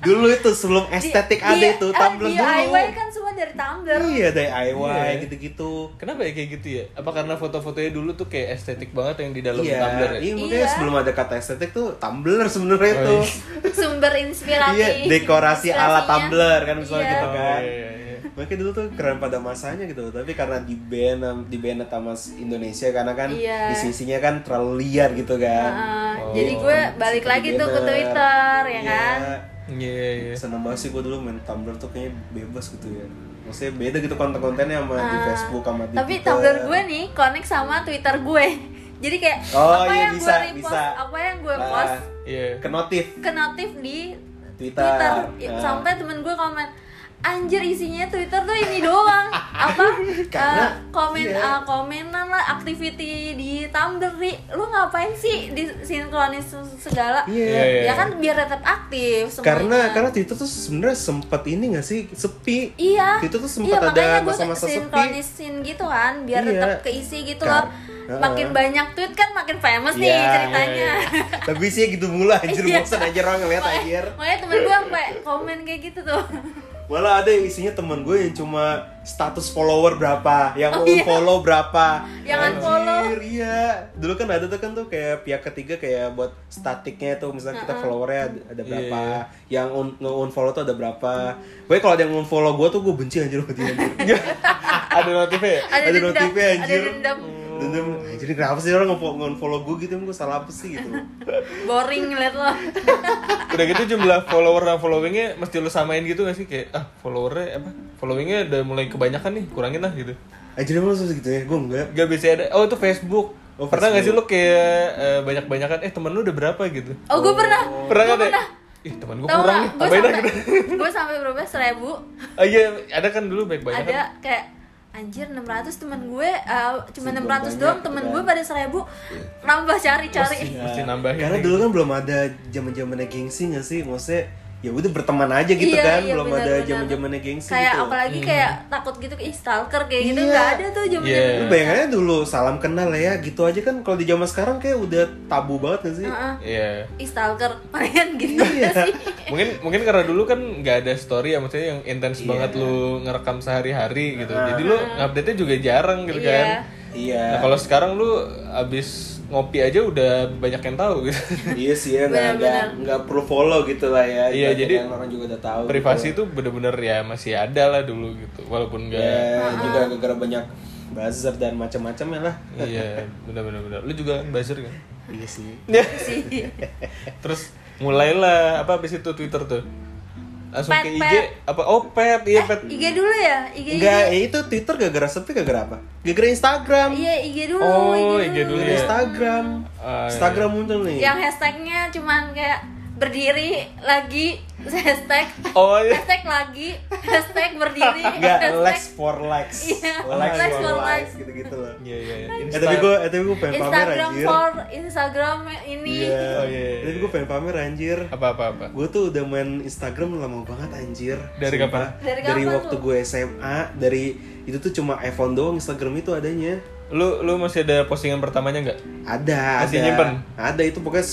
C: Dulu itu sebelum estetik ada
A: Di-
C: itu
A: ah,
C: Tumblr dulu.
A: DIY kan semua dari Tumblr
C: Iya, DIY
B: Iya.
C: gitu-gitu.
B: Kenapa ya kayak gitu ya? Apa karena foto-fotonya dulu tuh kayak estetik banget yang di dalam
C: Iya,
B: Tumblr ya?
C: iya, makanya
A: Iya.
C: sebelum ada kata estetik tuh Tumblr sebenarnya
B: Oh,
C: tuh.
B: iya.
A: sumber inspirasi
C: Iya, dekorasi
A: Inspirasinya.
C: ala Tumblr kan misalnya
A: Iya.
C: gitu kan.
B: Oh, iya, iya.
C: Makanya dulu tuh keren pada masanya gitu loh. Tapi karena di ban di ban sama Indonesia karena kan
A: Iya.
C: isi-isinya kan terlalu liar gitu kan. Iya.
A: Heeh, Ah, jadi gue balik
C: gitu
A: lagi tuh ke Twitter ya kan
B: Iya, iya.
C: Seneng banget sih gue dulu main Tumblr tuh kayaknya bebas gitu ya. Maksudnya beda gitu konten-kontennya sama di Facebook sama di
A: Ah, tapi
C: Twitter.
A: Tumblr gue nih connect sama Twitter gue jadi kayak
C: Oh,
A: apa
C: iya,
A: yang
C: bisa,
A: gue repost
C: bisa.
A: apa yang gue
C: Nah,
A: post
B: Iya.
C: ke notif
A: ke notif di
C: Twitter.
A: Twitter,
C: Nah.
A: sampai temen gue komen anjir isinya Twitter tuh ini doang apa
C: Karena-
A: eh, komen
C: iya.
A: ah, komenan lah activity di Tumblr nih lu ngapain sih di sinkronis segala
C: Iya.
B: Iya, iya.
A: ya kan biar tetap aktif semuanya.
C: Karena kan karena Twitter tuh sebenarnya sempat ini gak sih sepi.
A: Iya.
C: Itu
A: iya,
C: tuh sempat ada
A: makanya gue
C: masa-masa sepi.
A: sinkronisin gitu kan, biar
C: Iya.
A: tetap keisi gitu loh.
C: Kar- Heeh.
A: Makin banyak tweet kan makin famous nih
C: Iya,
A: ceritanya.
C: Tapi sih gitu mula anjir
A: Iya.
C: bosan anjir orang ngeliat
A: Makanya-
C: anjir.
A: Makanya temen gue sampai komen kayak gitu tuh.
C: Malah ada yang isinya temen gue yang cuma status follower berapa, yang follow berapa.
A: Oh, iya. Yang unfollow.
C: Anjir, iya. Dulu kan ada tuh kan tuh kayak pihak ketiga kayak buat statiknya tuh misalnya kita followernya ada, ada berapa, yang un- nge-unfollow tuh ada berapa. Gue kalau ada yang unfollow gue tuh gue benci anjir sama dia.
A: Iya.
C: anjir.
B: Ada notifnya ya?
A: Ada
C: ada
A: dendam,
C: notifnya
A: ada
C: anjir.
A: dendam.
C: Dendam. Jadi kenapa sih orang nge- nge-unfollow gue gitu? Emang gue salah apa sih gitu?
A: boring ngeliat lo
B: Udah gitu jumlah follower dan followingnya mesti lu samain gitu gak sih? Kayak, ah followernya apa? Followingnya udah mulai kebanyakan nih, kurangin lah gitu
C: Anjir emang lu segitu ya? Gue enggak.
B: Gak bisa ada, oh itu Facebook
C: Oh,
B: Pernah gak sih lu
C: Facebook.
B: kayak eh, banyak-banyakan, eh temen lu udah berapa gitu?
A: oh gue pernah
B: Pernah gak deh? Ih temen gue
A: tau
B: kurang
A: gak
B: nih,
A: gue
B: tambahin
A: sampai
B: lagi
A: gue sampai berapa seribu
B: Ah iya, ada kan dulu banyak-banyak
A: ada kayak anjir 600 temen gue eh, cuma
C: Sebelum
A: 600
C: banyak, Iya.
A: doang temen
C: kan?
A: gue pada seribu nambah cari-cari
B: Ya. Mesti nambahin
C: Karena
B: lagi.
C: dulu kan belum ada zaman-zamannya gengsi gak sih? Maksudnya ya udah berteman aja gitu
A: Iya,
C: kan,
A: iya,
C: belum
A: benar,
C: ada
A: benar.
C: zaman-zamannya gengsi
A: kayak
C: gitu.
A: apalagi kayak takut gitu ih stalker kayak gitu
C: Iya.
A: nggak ada tuh zaman zaman
B: Hmm. Iya.
C: Lu bayangannya dulu salam kenal ya, gitu aja kan kalau di zaman sekarang kayak udah tabu banget gak sih?
B: Iya
A: ih stalker palingan gitu
C: Iya.
A: sih
B: mungkin mungkin karena dulu kan nggak ada story ya maksudnya yang intens banget lu ngerekam sehari-hari gitu jadi lu update nya juga jarang gitu
A: Iya.
B: kan
C: Iya.
B: nah kalau sekarang lu abis ngopi aja udah banyak yang tahu gitu
C: iya sih ya, nggak nggak nggak perlu follow gitu lah ya.
B: Iya,
C: Jangan-
B: jadi
C: jangan orang juga udah tahu. gitu.
B: privasi itu bener-bener ya masih ada lah dulu gitu walaupun
C: Ya,
B: nggak
C: juga gara-gara banyak buzzer dan macam-macamnya lah.
B: iya bener-bener bener. lu juga buzzer kan
C: Iya sih.
A: sih
B: terus mulailah apa abis itu twitter tuh langsung
A: Pep,
B: ke IG
A: Pep.
B: apa oh pep iya pep
A: IG dulu ya IG
C: Enggak, ya itu Twitter gara-gara sepi gara-gara apa? Gara-gara Instagram.
A: iya IG dulu
B: oh
A: IG
B: IG
A: dulu
B: dulu
C: Gara-gara
B: ya
C: Instagram.
B: Ah,
C: Instagram muncul nih.
A: yang hashtagnya cuman kayak berdiri lagi hashtag
B: oh iya
A: hashtag lagi hashtag berdiri
C: Enggak,
A: hashtag-
C: likes for likes.
A: Iya,
C: Likes
A: likes
C: for
A: for
C: likes gitu-gitu loh.
B: Iya, iya, iya.
C: Eh,
B: Insta-
C: tapi gue, eh, tapi gue pengen pamer
A: Instagram
C: anjir.
A: for Instagram ini
C: Iya.
B: Oh, iya, iya,
C: Tapi gue pengen pamer anjir.
B: apa apa apa
C: Gue tuh udah main Instagram lama banget anjir.
B: Dari kapan?
A: Dari
C: Dari,
A: kapan
C: waktu
A: lu?
C: gue SMA, dari itu tuh cuma iPhone doang Instagram itu adanya.
B: lu lu masih ada postingan pertamanya nggak
C: Ada,
B: Masih
C: ada.
B: nyimpen?
C: Ada itu pokoknya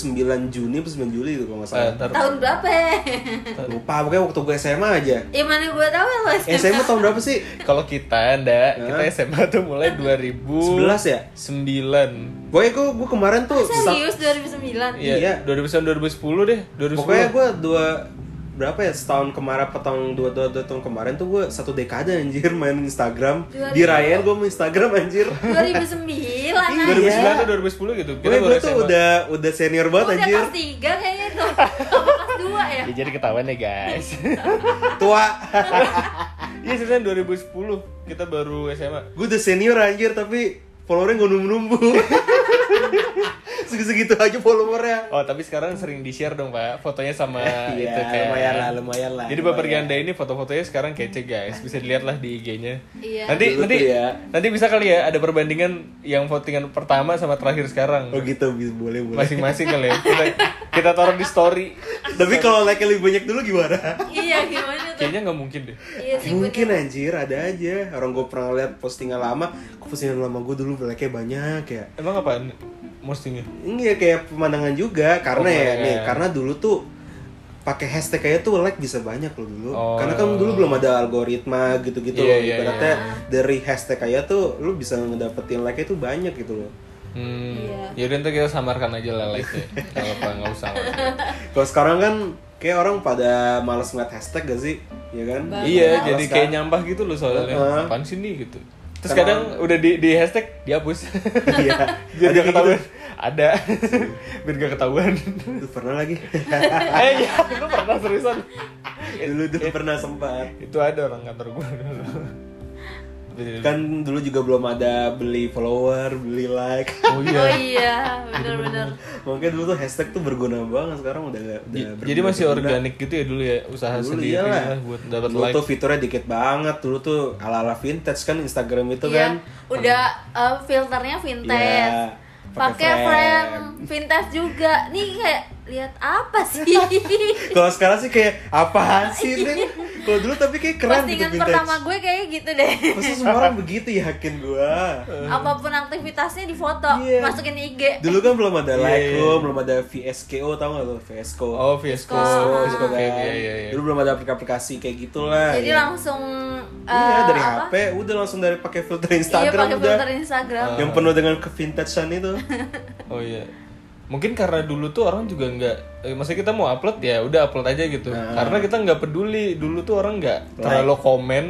C: 9 Juni atau 9 Juli itu kalau nggak
B: Eh,
C: salah.
B: ntar
A: tahun berapa ya?
C: Lupa, pokoknya waktu gue SMA aja.
A: ya mana gue tahu lo
C: SMA tahun berapa sih?
B: kalau kita ndak kita SMA tuh mulai 2009
C: 11 ya? Pokoknya gue, gue kemarin tuh
A: serius 2009
C: Iya.
B: Iya, 2009 2010 deh, 2010.
C: Pokoknya gue dua berapa ya setahun kemarin apa tahun dua, dua, dua tahun kemarin tuh gue satu dekade anjir main Instagram dirayain gue main Instagram anjir
A: 2009
C: Iya.
A: nah.
B: 2009 atau 2010 gitu.
C: gue
B: baru
C: gue tuh
B: SMA.
C: udah udah senior banget
A: Oh, udah
C: anjir
A: kelas 3 kayaknya tuh kelas 2 ya
B: Ya, jadi ketahuan ya guys.
C: tua
B: Iya sebenarnya 2010 kita baru SMA.
C: gue udah senior anjir tapi followernya gak numbuh numbuh segitu aja followernya
B: Oh tapi sekarang sering di share dong pak fotonya sama
C: Iya,
B: itu kan.
C: lumayan lah, lumayan lah,
B: Jadi
C: lumayan.
B: bapak Ganda ini foto-fotonya sekarang kece guys, bisa dilihat lah di IG-nya.
A: Iya.
B: Nanti
C: Dulu
B: nanti
C: tuh ya.
B: nanti bisa kali ya ada perbandingan yang votingan pertama sama terakhir sekarang.
C: oh gitu bi- boleh boleh
B: Masing-masing kali ya. Kita, kita taruh di story.
C: tapi kalau like lebih banyak dulu gimana
A: iya gimana tuh
B: Kayaknya nggak mungkin deh.
A: iya sih
C: mungkin anjir ada aja orang gue pernah lihat postingan lama kok postingan lama gue dulu like-nya banyak ya
B: Emang apaan? Mostingnya?
C: Iya kayak pemandangan juga karena
B: Oh,
C: ya
B: pemandangan.
C: nih karena dulu tuh pakai hashtag kayak tuh like bisa banyak loh dulu
B: Oh.
C: karena kan dulu belum ada algoritma gitu-gitu
B: Iya,
C: loh
B: iya,
C: ibaratnya
B: iya.
C: dari hashtag kayak tuh lu bisa ngedapetin like itu banyak gitu loh
B: Hmm.
A: Iya.
B: Yaudah ntar kita samarkan aja lah like-nya. Gak apa nggak usah. nggak usah.
C: kalau sekarang kan kayak orang pada males ngeliat hashtag gak sih ya kan
B: Iya,
C: Males
B: jadi
C: kan?
B: kayak nyampah gitu loh soalnya.
C: Heeh.
B: Apaan sih nih gitu. Terus
C: Kenapa?
B: kadang udah di, di hashtag dihapus.
C: iya Ada
B: Biar gak
C: kayak
B: ketahuan. Ada. Biar gak ketahuan.
C: gitu. Lu pernah lagi
B: eh iya, lu pernah seriusan.
C: dulu dulu pernah sempat
B: Itu ada orang kantor gue dulu.
C: kan dulu juga belum ada beli follower beli like
B: Oh
A: gue- oh iya bener-bener
C: makanya dulu tuh hashtag tuh berguna banget sekarang udah udah
B: J- Jadi
C: berguna-
B: masih
C: berguna.
B: organik gitu ya dulu ya usaha
C: dulu
B: sendiri
C: iyalah.
B: lah buat dapat
C: Dulu
B: like.
C: tuh fiturnya dikit banget dulu tuh ala ala vintage kan Instagram itu
A: iya
C: kan
A: udah eh, filternya vintage
C: Iya.
A: pakai frame vintage juga nih kayak lihat apa sih
C: Kalau sekarang sih kayak apaan sih ini? Kalau dulu tapi kayak
A: Iya.
C: keren gitu
A: postingan
C: vintage.
A: pertama gue kayak gitu deh
C: Pasti semua orang begitu yakin gua.
A: apapun aktivitasnya difoto
C: Iya.
A: masukin IG
C: Dulu kan belum ada
B: Iya,
C: Lightroom,
B: iya.
C: belum ada VSCO tau gak lo VSCO.
B: Oh,
A: Fiesco.
B: Fiesco.
C: Terus
B: Fiesco
C: kan,
B: kayak iya iya iya.
C: Dulu belum ada aplikasi kayak gitulah.
A: jadi
C: ya.
A: langsung
C: Iya,
A: eh,
C: dari
A: apa?
C: HP udah langsung dari pakai filter
A: iya
C: Instagram
A: pakai
C: udah.
A: filter Instagram
C: Yang penuh dengan kevintagean itu.
B: Oh iya. Mungkin karena dulu tuh orang juga nggak, eh, maksudnya kita mau upload ya udah upload aja gitu. Karena kita nggak peduli dulu tuh orang nggak terlalu komen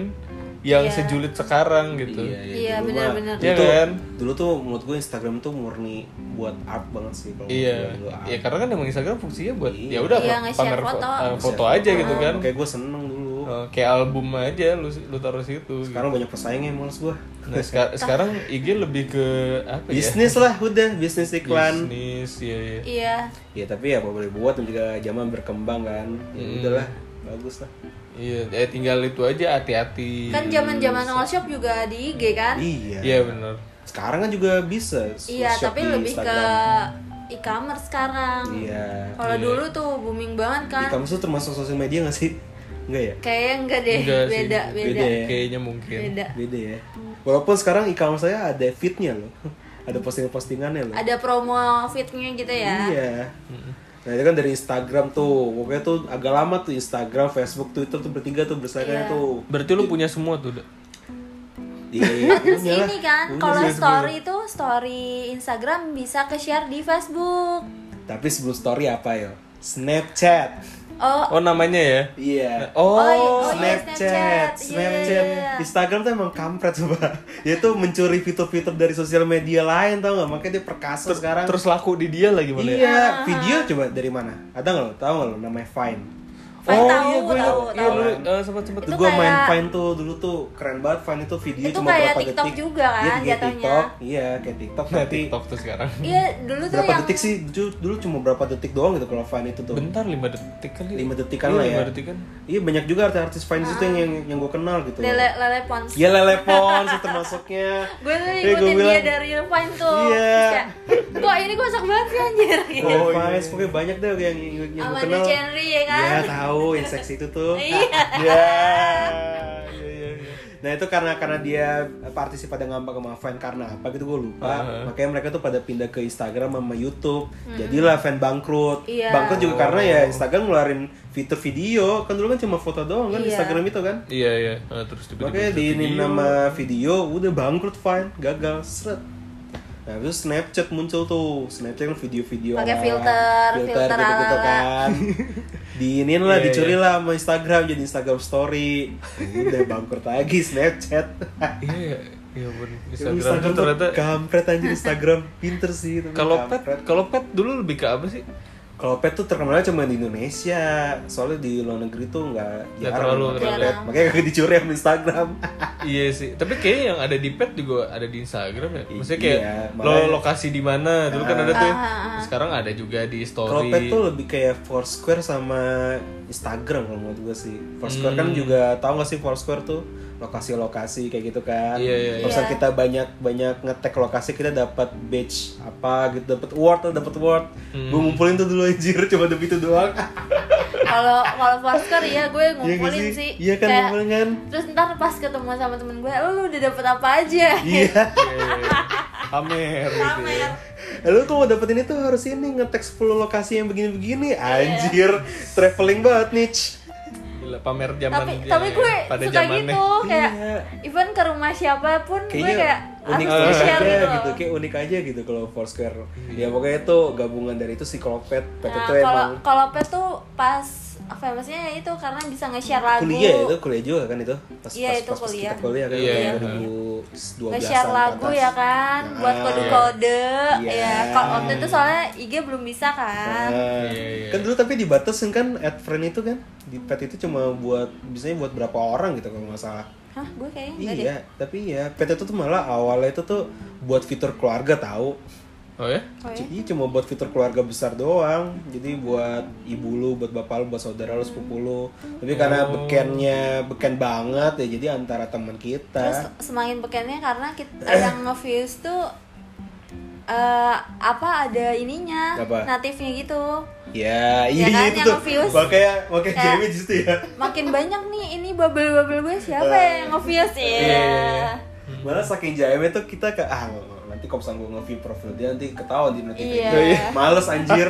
B: yang sejulid sekarang gitu.
A: iya
C: dulu mah.
A: benar-benar
B: Iya
C: Itu-
B: kan?
C: Dulu tuh menurut gue Instagram tuh murni buat art banget sih kalau
B: Iya.
C: menurut gue dulu art.
B: Ya karena kan emang Instagram fungsinya buat ya udah
A: Iya,
B: upload-
A: nge-share
B: fo-
A: foto.
B: eh, foto aja gitu kan.
C: Oh, Kayak gue seneng dulu.
B: Eh, kayak album aja lu lu taruh situ. gitu.
C: Sekarang banyak pesaingnya males gue.
B: Nah, seka- sekarang IG lebih ke apa ya?
C: Bisnis lah udah, bisnis iklan.
B: Bisnis, iya iya.
A: iya
C: Ya tapi ya apa boleh buat juga zaman berkembang kan. Ya
B: Hmm.
C: udahlah, bagus lah.
B: Iya, eh, tinggal itu aja hati-hati.
A: kan zaman-zaman all shop juga di IG kan
C: Iya.
B: Iya benar.
C: Sekarang kan juga bisa.
A: iya
C: shop
A: tapi
C: di
A: lebih ke Hmm.
C: Instagram.
A: e-commerce sekarang
C: Iya.
A: kalau dulu tuh booming banget kan
C: E-commerce tuh termasuk sosial media gak sih? Enggak ya?
A: kayaknya enggak deh
B: Enggak sih.
A: beda beda
C: Beda ya?
B: Kayaknya mungkin.
A: beda
C: Beda ya. Walaupun sekarang e-commerce saya ada feednya loh. Ada postingan-postingannya loh.
A: ada promo fitnya gitu ya
C: Iya. Nah itu kan dari Instagram tuh, pokoknya tuh agak lama tuh Instagram, Facebook, Twitter tuh bertiga tuh
A: Iya.
C: bersaingnya tuh.
B: Berarti lu punya semua tuh. Dok?
C: Iya, iya,
A: Terus
C: punya lah.
A: ini kan
C: Punya
A: kalau
C: sih sebenarnya.
A: story itu story Instagram bisa ke share di Facebook.
C: Tapi sebelum story apa ya? Snapchat.
A: Oh,
B: Oh, namanya ya.
C: Iya.
A: Oh,
B: Oh,
A: iya. Oh, iya, Snapchat.
C: Snapchat, Snapchat,
A: Iya.
C: Instagram tuh emang kampret coba. Dia tuh mencuri fitur-fitur dari sosial media lain tau nggak? Makanya dia perkasa sekarang.
B: terus laku di dia lagi
A: Ah.
B: boleh. ya?
C: iya, video coba dari mana? Ada nggak lo? Tahu nggak lo namanya Vine?
A: Vine
B: Oh,
A: tahu,
B: iya gue
A: tahu,
B: ingat. iya
A: tahu.
B: dulu eh, sempat sempat.
A: Itu
C: gue main
A: kayak-
C: Vine tuh dulu tuh keren banget Vine itu video
A: Itu
C: cuma
A: kayak
C: berapa
A: TikTok
C: detik.
A: juga kan
C: Iya, kayak
A: jatuhnya.
C: TikTok, iya kayak TikTok
B: Nah,
C: nanti
B: TikTok tuh sekarang.
A: Iya, dulu tuh
C: berapa
A: yang
C: detik sih Ju- dulu cuma berapa detik doang gitu kalau Vine itu tuh.
B: Bentar 5 detik kali.
C: Lima detikan
B: Iya,
C: lah
B: lima
C: ya.
B: detikan.
C: Iya banyak juga artis-artis Vine itu yang yang, yang gue kenal gitu.
A: lele lele pons.
C: Iya lelepon sih termasuknya.
A: Gue tuh
C: Eh,
A: ngikutin
C: gua
A: dia
C: bilang,
A: dari Vine tuh.
C: Iya.
A: Terus kayak, Kok ini kocak banget sih anjir gitu.
C: Oh, Vines pokoknya banyak deh yang yang, yang gue
A: Sama
C: kenal.
A: Duce Henry ya kan?
C: Iya tahu yang seksi itu tuh.
A: Iya.
C: Iya. iya, iya, iya. Nah itu karena karena dia partisi pada ngambang sama fan karena apa gitu gue lupa. Makanya mereka tuh pada pindah ke Instagram sama YouTube. Jadilah fan bangkrut.
A: Hmm. Iya.
C: Bangkrut juga karena ya Instagram ngeluarin fitur video. Kan dulu kan cuma foto doang kan
A: Iya.
C: Instagram itu kan.
B: Iya, iya. Nah, terus tiba-tiba
C: Makanya
B: bisa
C: di ini
B: video.
C: nama video udah bangkrut fine, gagal, seret. Nah, terus Snapchat muncul tuh. Snapchat kan video-video
A: Pakai
C: ala-
A: filter, filter
C: gitu-gitu
A: ala-ala.
C: kan. Diinin lah,
B: Iya,
C: dicuri lah sama Instagram jadi Instagram story. Udah bangkrut lagi Snapchat.
B: Iya, iya. Iya, bener.
C: Instagram,
B: Instagram tuh
C: tuh
B: ternyata
C: kampret anjir Instagram pinter sih itu.
B: kalau pet,
C: kampret.
B: kalau pet dulu lebih ke apa sih?
C: Kalau pet tuh terkenalnya cuma di Indonesia, soalnya di luar negeri tuh nggak
B: Nggak
C: jarang
B: terlalu
C: pakai
B: terlalu.
C: pet. Makanya kagak dicuri sama Instagram.
B: iya sih, tapi kayaknya yang ada di pet juga ada di Instagram ya. Maksudnya kayak
C: Iya,
B: lo
C: makanya-
B: lokasi di mana, dulu kan ada
A: Ah,
B: tuh. ya. Sekarang ada juga di
C: Kalau
B: story.
C: pet tuh lebih kayak Foursquare sama Instagram kalau menurut gue sih. Foursquare kan
B: Hmm.
C: juga tahu gak sih Foursquare tuh lokasi-lokasi kayak gitu kan.
B: Iya, iya, iya.
C: Terus kan kita banyak banyak ngetek lokasi kita dapat badge apa gitu, dapat award atau dapat award.
B: Hmm.
C: Gue ngumpulin tuh dulu anjir cuma demi itu doang.
A: Kalau kalau Foursquare ya gue
C: Iya gak
A: ngumpulin sih.
C: Iya kan
A: Kayak-
C: ngumpulin kan.
A: Terus ntar pas ketemu sama temen gue, "Lo, lu udah dapet apa aja?
C: Iya.
B: Pamer gitu ya.
C: Eh, Lu tuh mau dapetin itu harus ini ngetek 10 lokasi yang begini-begini. Anjir, traveling banget niche.
B: Gila, pamer zaman
A: tapi
B: dia
A: tapi
B: ya,
A: gue
B: pada
A: suka
B: zamannya.
A: gitu kayak
C: Iya.
A: even ke rumah siapapun gue kayak
C: unik
A: harus
C: aja
A: share gitu,
C: gitu,
A: loh.
C: kayak unik aja gitu kalau Foursquare
B: Hmm.
C: ya pokoknya itu gabungan dari itu psikolopet pet
A: Nah,
C: itu
A: kalau
C: emang
A: kalau pet tuh pas famousnya ya itu karena bisa nge-share lagu
C: kuliah ya, itu kuliah juga kan itu pas
A: Iya, itu kuliah.
C: kita kuliah kan
B: Iya,
C: kayak
B: iya.
C: 2012
A: nge-share lagu ya kan buat kode-kode
C: Nah, Iya.
A: ya kalau waktu itu soalnya IG belum bisa kan
B: Iya, iya.
C: Nah, kan dulu tapi dibatasin kan add friend itu kan di pet itu cuma buat biasanya buat berapa orang gitu kalau nggak salah
A: hah gue kayaknya enggak deh
C: iya tapi ya pet itu tuh malah awalnya itu tuh buat fitur keluarga tahu
B: Oh ya?
A: Oh ya?
C: Jadi cuma buat fitur keluarga besar doang. Jadi buat ibu lu, buat bapak lu, buat saudara lu, sepupu lu. Tapi karena
A: Oh.
C: bekennya beken banget ya, jadi antara teman
A: terus
C: kita.
A: eh, semakin bekennya karena kita yang nge-views tuh eh, apa ada ininya
C: Apa?
A: natifnya gitu
C: Ya,
A: Ya
C: iya
A: kan,
C: itu
A: yang
C: tuh.
A: nge-views.
C: Makanya makanya
A: Kayak-
C: Jamie justru ya.
A: makin banyak nih ini bubble bubble gue siapa yang ngevias
C: Iya,
A: ya
C: Malah saking Jamie tuh kita ke ah nanti kalau misalnya gue nge-view profil dia nanti ketahuan di notifikasi.
A: Iya.
C: Males anjir.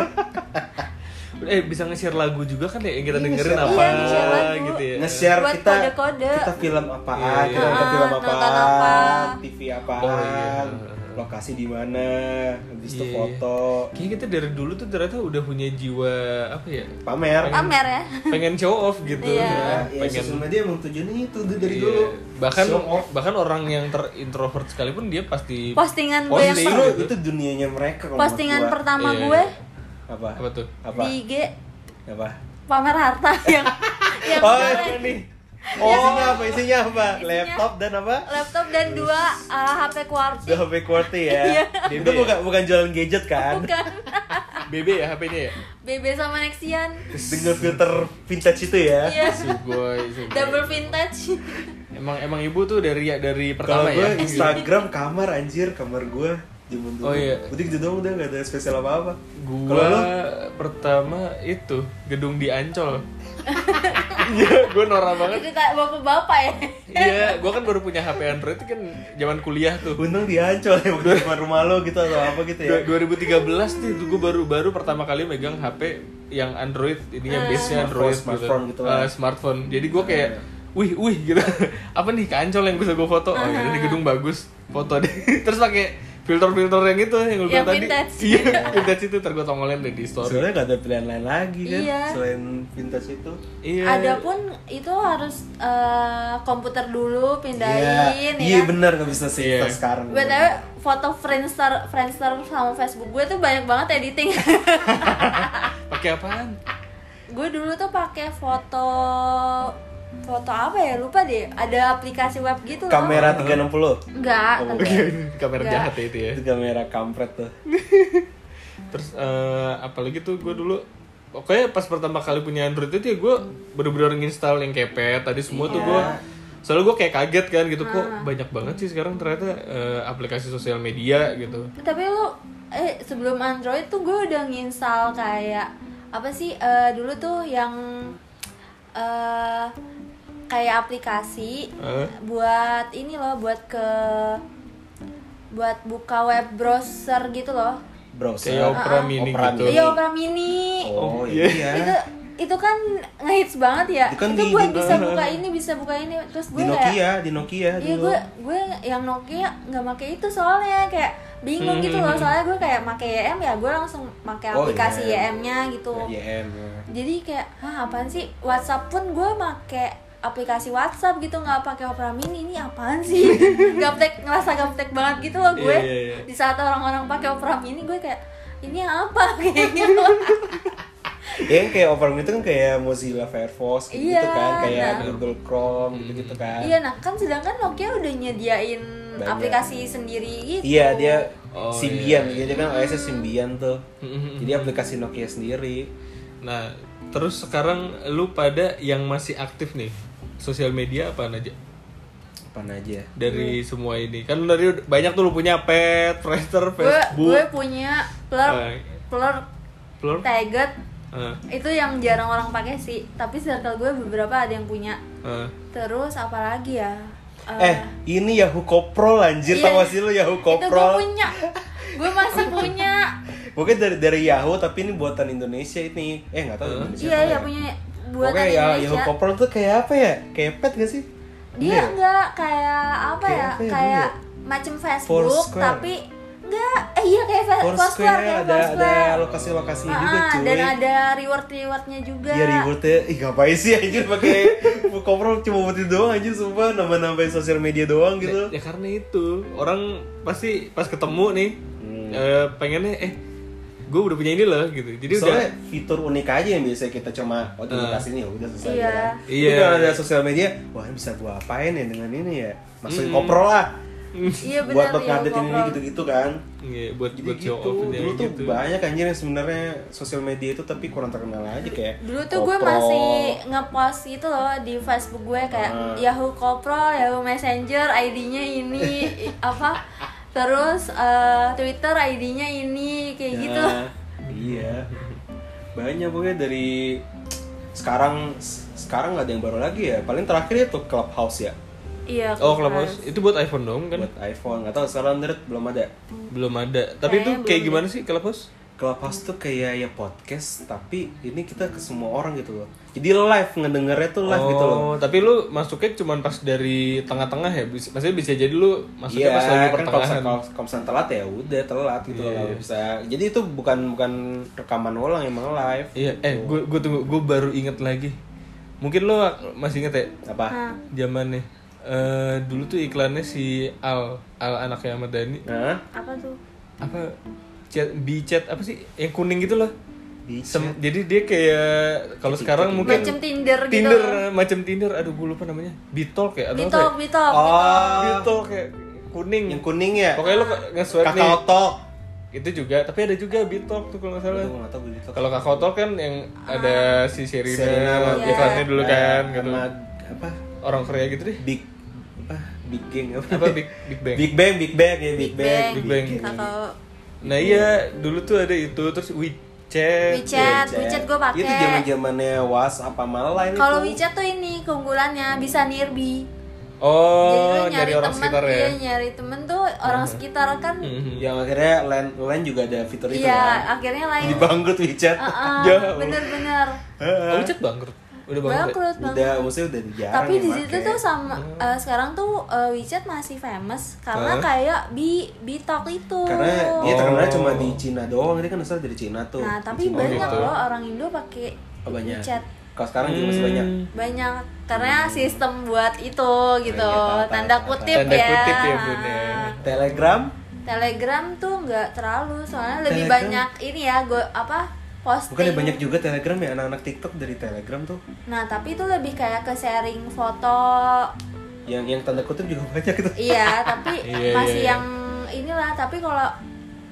B: Eh bisa nge-share lagu juga kan ya yang kita
C: Iya,
B: dengerin
C: nge-share
B: apa
A: lagu. Iya, nge-share lagu.
B: gitu ya.
C: Nge-share
A: Buat
C: kita
A: kode-kode.
C: kita film apaan,
B: Iya, iya.
C: kita nonton film
A: Ah,
C: apaan,
A: nonton apa.
C: TV apaan,
B: Oh, iya.
C: lokasi di mana, habis itu
B: Iya.
C: foto,
B: Kayaknya kita dari dulu tuh ternyata udah punya jiwa apa ya?
C: pamer.
A: pamer ya
B: Pengen show off gitu.
A: Iya.
B: ya.
C: Ya, ya, sosial media emang tujuannya itu dari
B: Iya.
C: dulu.
B: Bahkan
C: Show off.
B: bahkan orang yang terintrovert sekalipun dia pasti
A: postingan gue Oh, yang
B: Posting.
A: per-
C: Justru itu dunianya mereka kalau menurut
A: postingan
C: gua.
A: pertama
B: Iya.
A: gue
C: apa?
B: apa tuh?
C: Apa?
A: di IG
C: Apa?
A: pamer harta yang yang Iya,
C: Oh,
A: jelek.
C: ini nih. Oh, isinya apa? Isinya apa? Laptop dan apa?
A: laptop dan dua uh, HP kuarti
C: The HP QWERTY ya.
A: Iya.
C: Itu bukan bukan jualan gadget kan?
A: bukan
B: BB ya HP-nya ya?
A: BB sama Nexian
C: Dengan filter vintage itu ya.
A: iya
B: Sugoi, sugoi.
A: double vintage
B: Emang emang ibu tuh dari dari
C: Kalau
B: pertama
C: gue
B: ya.
C: Instagram kamar anjir, kamar gue zaman dulu.
B: Oh, iya.
C: Udah gitu doang udah gak ada spesial apa-apa. Kalau
B: Gua
C: lu
B: pertama itu gedung di Ancol. Iya, gue norak banget.
A: itu tak bapak-bapak ya
B: Iya, gua kan baru punya HP Android itu kan zaman kuliah tuh.
C: untung diancol ya bukan cuma rumah lo gitu atau apa gitu ya.
B: Du- 2013 tuh gue baru-baru pertama kali megang HP yang Android ininya
C: Smartphone,
B: base-nya Android
C: smartphone gitu
B: Eh,
C: lah. Ah, iya.
B: smartphone. Jadi gue kayak wih wih gitu. Apa nih kancol yang bisa gue foto? Oh, ini gedung bagus, foto deh. Terus pakai filter-filter yang itu yang lu
A: Yang
B: bilang tadi.
A: vintage.
B: Iya, vintage itu tergotongolin deh di story.
C: Soalnya gak ada pilihan lain lagi kan
A: Iya.
C: selain vintage itu.
B: Iya.
A: ada pun itu harus uh, komputer dulu pindahin
C: Iya,
A: ya
C: iya
A: kan?
C: benar gak bisa sih
B: Iya.
C: kita sekarang.
A: BTW foto Friendster, Friendster sama Facebook gue tuh banyak banget editing.
B: Pakai apaan?
A: gue dulu tuh pakai foto foto apa ya lupa deh. Ada aplikasi web gitu loh.
C: Kamera 360
A: Enggak,
C: Oh,
A: tentu.
B: Kamera
A: Nggak.
B: jahat ya itu ya.
C: itu kamera kampret tuh.
B: Terus eh, apalagi tuh gue dulu Pokoknya pas pertama kali punya Android itu ya gue bener-bener nginstal yang kepet Tadi semua tuh gue Soalnya gue kayak kaget kan gitu Kok banyak banget sih sekarang ternyata eh, aplikasi sosial media gitu
A: Tapi lu eh sebelum Android tuh gue udah nginstal kayak apa sih eh, dulu tuh yang eh kayak aplikasi
B: Eh?
A: buat ini loh buat ke buat buka web browser gitu loh.
C: Browser.
B: Kayak Opera Mini
C: Opera
B: gitu.
A: Iya, Opera Mini.
C: Oh,
B: Oh,
C: iya.
A: itu itu kan ngehits banget ya
C: Itu kan
A: itu
C: di-
A: buat
C: di-
A: bisa buka ini bisa buka ini terus gue
C: Di
A: kayak
C: Nokia, di Nokia
A: iya
C: dulu.
A: gue gue yang Nokia nggak pakai itu soalnya kayak bingung gitu loh soalnya gue kayak pakai YM ya gue langsung pakai
C: Hmm, Oh,
A: aplikasi
C: iya.
A: YM-nya gitu
C: YM.
A: jadi kayak hah apaan sih WhatsApp pun gue pakai aplikasi WhatsApp gitu nggak pakai Opera Mini ini apaan sih gaptek ngerasa gaptek banget gitu loh gue
B: Iya, iya, iya.
A: di saat orang-orang pakai
C: Hmm.
A: Opera Mini gue kayak ini apa kayaknya
C: Ya yang kayak Opera itu kan kayak Mozilla Firefox gitu,
A: Iya,
C: kan, kayak
A: nah.
C: Google Chrome gitu-gitu
B: Hmm.
C: kan.
A: Iya, nah kan sedangkan Nokia udah nyediain
C: Banyak.
A: aplikasi sendiri gitu.
C: Iya, dia
B: Oh,
C: Symbian, jadi kan OS-nya Symbian tuh.
B: Mhm.
C: Jadi aplikasi Nokia sendiri.
B: Nah terus sekarang lu pada yang masih aktif nih Sosial media apa aja?
C: Apa aja?
B: Dari semua ini Kan lu dari banyak tuh lu punya pet, Friendster,
A: Gue gue
B: Facebook
A: punya Plurk,
B: Eh.
A: Plurk,
B: Plur?
A: Tagged
B: Eh,
A: itu yang jarang orang pakai sih, tapi circle gue beberapa ada yang punya.
B: eh.
A: Terus apa lagi ya? Eh,
C: Eh, ini Yahoo Koprol anjir, tau
A: Iya.
C: gak sih lu Yahoo
A: itu gue
C: Koprol?
A: punya. Gue masih punya.
C: Mungkin dari dari Yahoo tapi ini buatan Indonesia ini. Eh, nggak tahu Indonesia.
A: iya,
C: apa
A: iya
C: ya.
A: punya buatan
C: Pokoknya ya, Yahoo
A: Indonesia.
C: Koprol tuh kayak apa ya? Kayak pet gak sih?
A: Dia
C: Iya.
A: enggak kayak apa
C: Kayak
A: ya?
C: apa ya
A: Kayak
C: dulu
A: macem Facebook
C: Foursquare.
A: tapi enggak. Eh iya kayak fa- Foursquare, kayak
C: ada ada
A: Foursquare.
C: lokasi-lokasinya juga
A: Ah,
C: cuy.
A: dan ada reward rewardnya juga.
C: Iya rewardnya, ih ngapain sih anjir pakai koprol cuma buat itu doang anjir sumpah nambah-nambahin sosial media doang gitu.
B: Ya, ya karena itu orang pasti pas ketemu nih
C: Hmm.
B: eh, pengennya eh gue udah punya ini loh gitu. Jadi
C: Soalnya
B: udah Ah.
C: fitur unik aja yang biasanya kita cuma oh terima kasih nih ya udah selesai.
A: Iya.
C: kan. Tapi
B: Iya.
C: kalau ada sosial media, wah ini bisa gua apain ya dengan ini ya?
B: Hmm.
C: Masukin koprol lah.
A: Iya benar
C: buat buat
A: iya,
C: ngadet ini gitu.
A: ngobrol.
C: gitu-gitu kan.
B: iya, buat
C: Jadi
B: buat
C: gitu,
B: show off
C: dulu tuh banyak anjir yang sebenarnya sosial media itu tapi kurang terkenal aja kayak.
A: Dulu tuh gue
C: koprol.
A: masih ngepost gitu loh di Facebook
B: Ah.
A: gue kayak Yahoo Koprol, Yahoo Messenger, ID-nya ini i- apa terus eh, Twitter ID-nya ini kayak
B: Ya.
A: gitu
C: Nah, iya banyak pokoknya dari sekarang sekarang nggak ada yang baru lagi ya paling terakhir itu clubhouse ya
A: iya
B: Oh, Clubhouse itu buat iPhone dong kan?
C: buat iPhone atau sekarang Android belum ada
B: Belum ada. Tapi itu kayak gimana sih Clubhouse?
C: Clubhouse tuh kayak ya podcast tapi ini kita ke semua orang gitu loh jadi live ngedengernya tuh live gitu loh
B: Oh, tapi lu masuknya cuman pas dari tengah-tengah ya? Bisa- Maksudnya bisa jadi lu masuknya
C: Iya,
B: pas
C: kan
B: lagi
C: kalau
B: pertengahan. Iya.
C: misalnya- kalau- kalau misalnya telat ya udah telat gitu loh nggak bisa. Jadi itu bukan bukan rekaman ulang emang live.
B: Iya, eh gue gue tunggu gue baru inget lagi. Mungkin lo masih inget ya
A: Nah,
C: Apa?
B: zamannya. Eh dulu tuh iklannya si Al, Al anaknya Ahmad Dhani.
C: Hah?
A: apa tuh
B: Apa chat bicet apa sih yang kuning gitu loh.
C: Bicet.
B: Sem- jadi dia kayak kalau sekarang mungkin
A: Macam Tinder gitu.
B: Tinder macam Tinder. Aduh gue lupa namanya. Bitalk ya atau
A: bitok
B: apa? ya?
A: bitok
C: Oh, gitu.
B: Bitalk kayak kuning.
C: Yang kuning ya?
B: Pokoknya lo nge-swipe nih.
C: Kakao Talk.
B: Itu juga, tapi ada juga Bitalk tuh kalau nggak salah.
C: Aduh, nggak tahu gue gitu.
B: Kalau Kakao Talk kan yang
A: Ah.
B: ada si Sherina,
C: Sherina iya. sama
B: iklannya dulu kan gitu.
C: Sama apa?
B: Orang Korea gitu deh.
C: Big apa? Big Gang apa?
B: Apa Big Big Bang.
C: Big Bang, Big Bang ya, Big, Bang.
B: Big Bang.
A: Kakao-
B: Nah iya, dulu tuh ada itu terus Eh, WeChat. Iya,
A: WeChat, WeChat gue
C: Itu
A: pakai.
C: zaman-zamannya WhatsApp apa malah itu.
A: Kalau WeChat tuh ini keunggulannya bisa nirbi. Jadi
B: Oh,
A: lu nyari
B: nyari orang
A: temen,
B: sekitar ya. Hmm.
A: iya, nyari temen tuh orang sekitar kan.
C: Hmm. yang akhirnya lain lain juga ada fitur itu
A: Iya,
C: kan.
A: akhirnya lain.
C: Dibangkrut WeChat.
A: Heeh,
B: Ya.
A: bener-bener.
B: Oh, WeChat bangkrut. Udah bangkrut. ya?
A: Bangkrut banget.
C: Udah, maksudnya udah jarang
A: Tapi
C: yang
A: di situ
C: make.
A: tuh sama eh, sekarang tuh eh, WeChat masih famous karena kayak bi bitok itu.
C: Karena dia
B: Oh.
C: terkenalnya cuma di Cina doang, dia kan asal dari Cina tuh.
A: nah,
C: Di
A: tapi
C: Cina
A: banyak
C: doang.
A: loh orang Indo pakai
C: Oh, banyak.
A: WeChat.
C: Kalau sekarang juga masih banyak.
A: Banyak
C: Hmm.
A: karena sistem buat itu gitu.
C: Ternyata,
A: Tanda
C: ternyata.
A: kutip
B: Tanda
A: ya.
B: kutip ya, Bun ya.
A: Ah.
C: Telegram
A: Telegram tuh nggak terlalu soalnya lebih
C: Telegram?
A: banyak ini ya gue apa posting.
C: bukannya banyak juga Telegram ya anak-anak TikTok dari Telegram tuh.
A: Nah tapi itu lebih kayak ke sharing foto.
C: Yang yang tanda kutip juga banyak gitu.
A: Iya tapi
B: Iya,
A: masih
B: iya,
A: yang inilah tapi kalau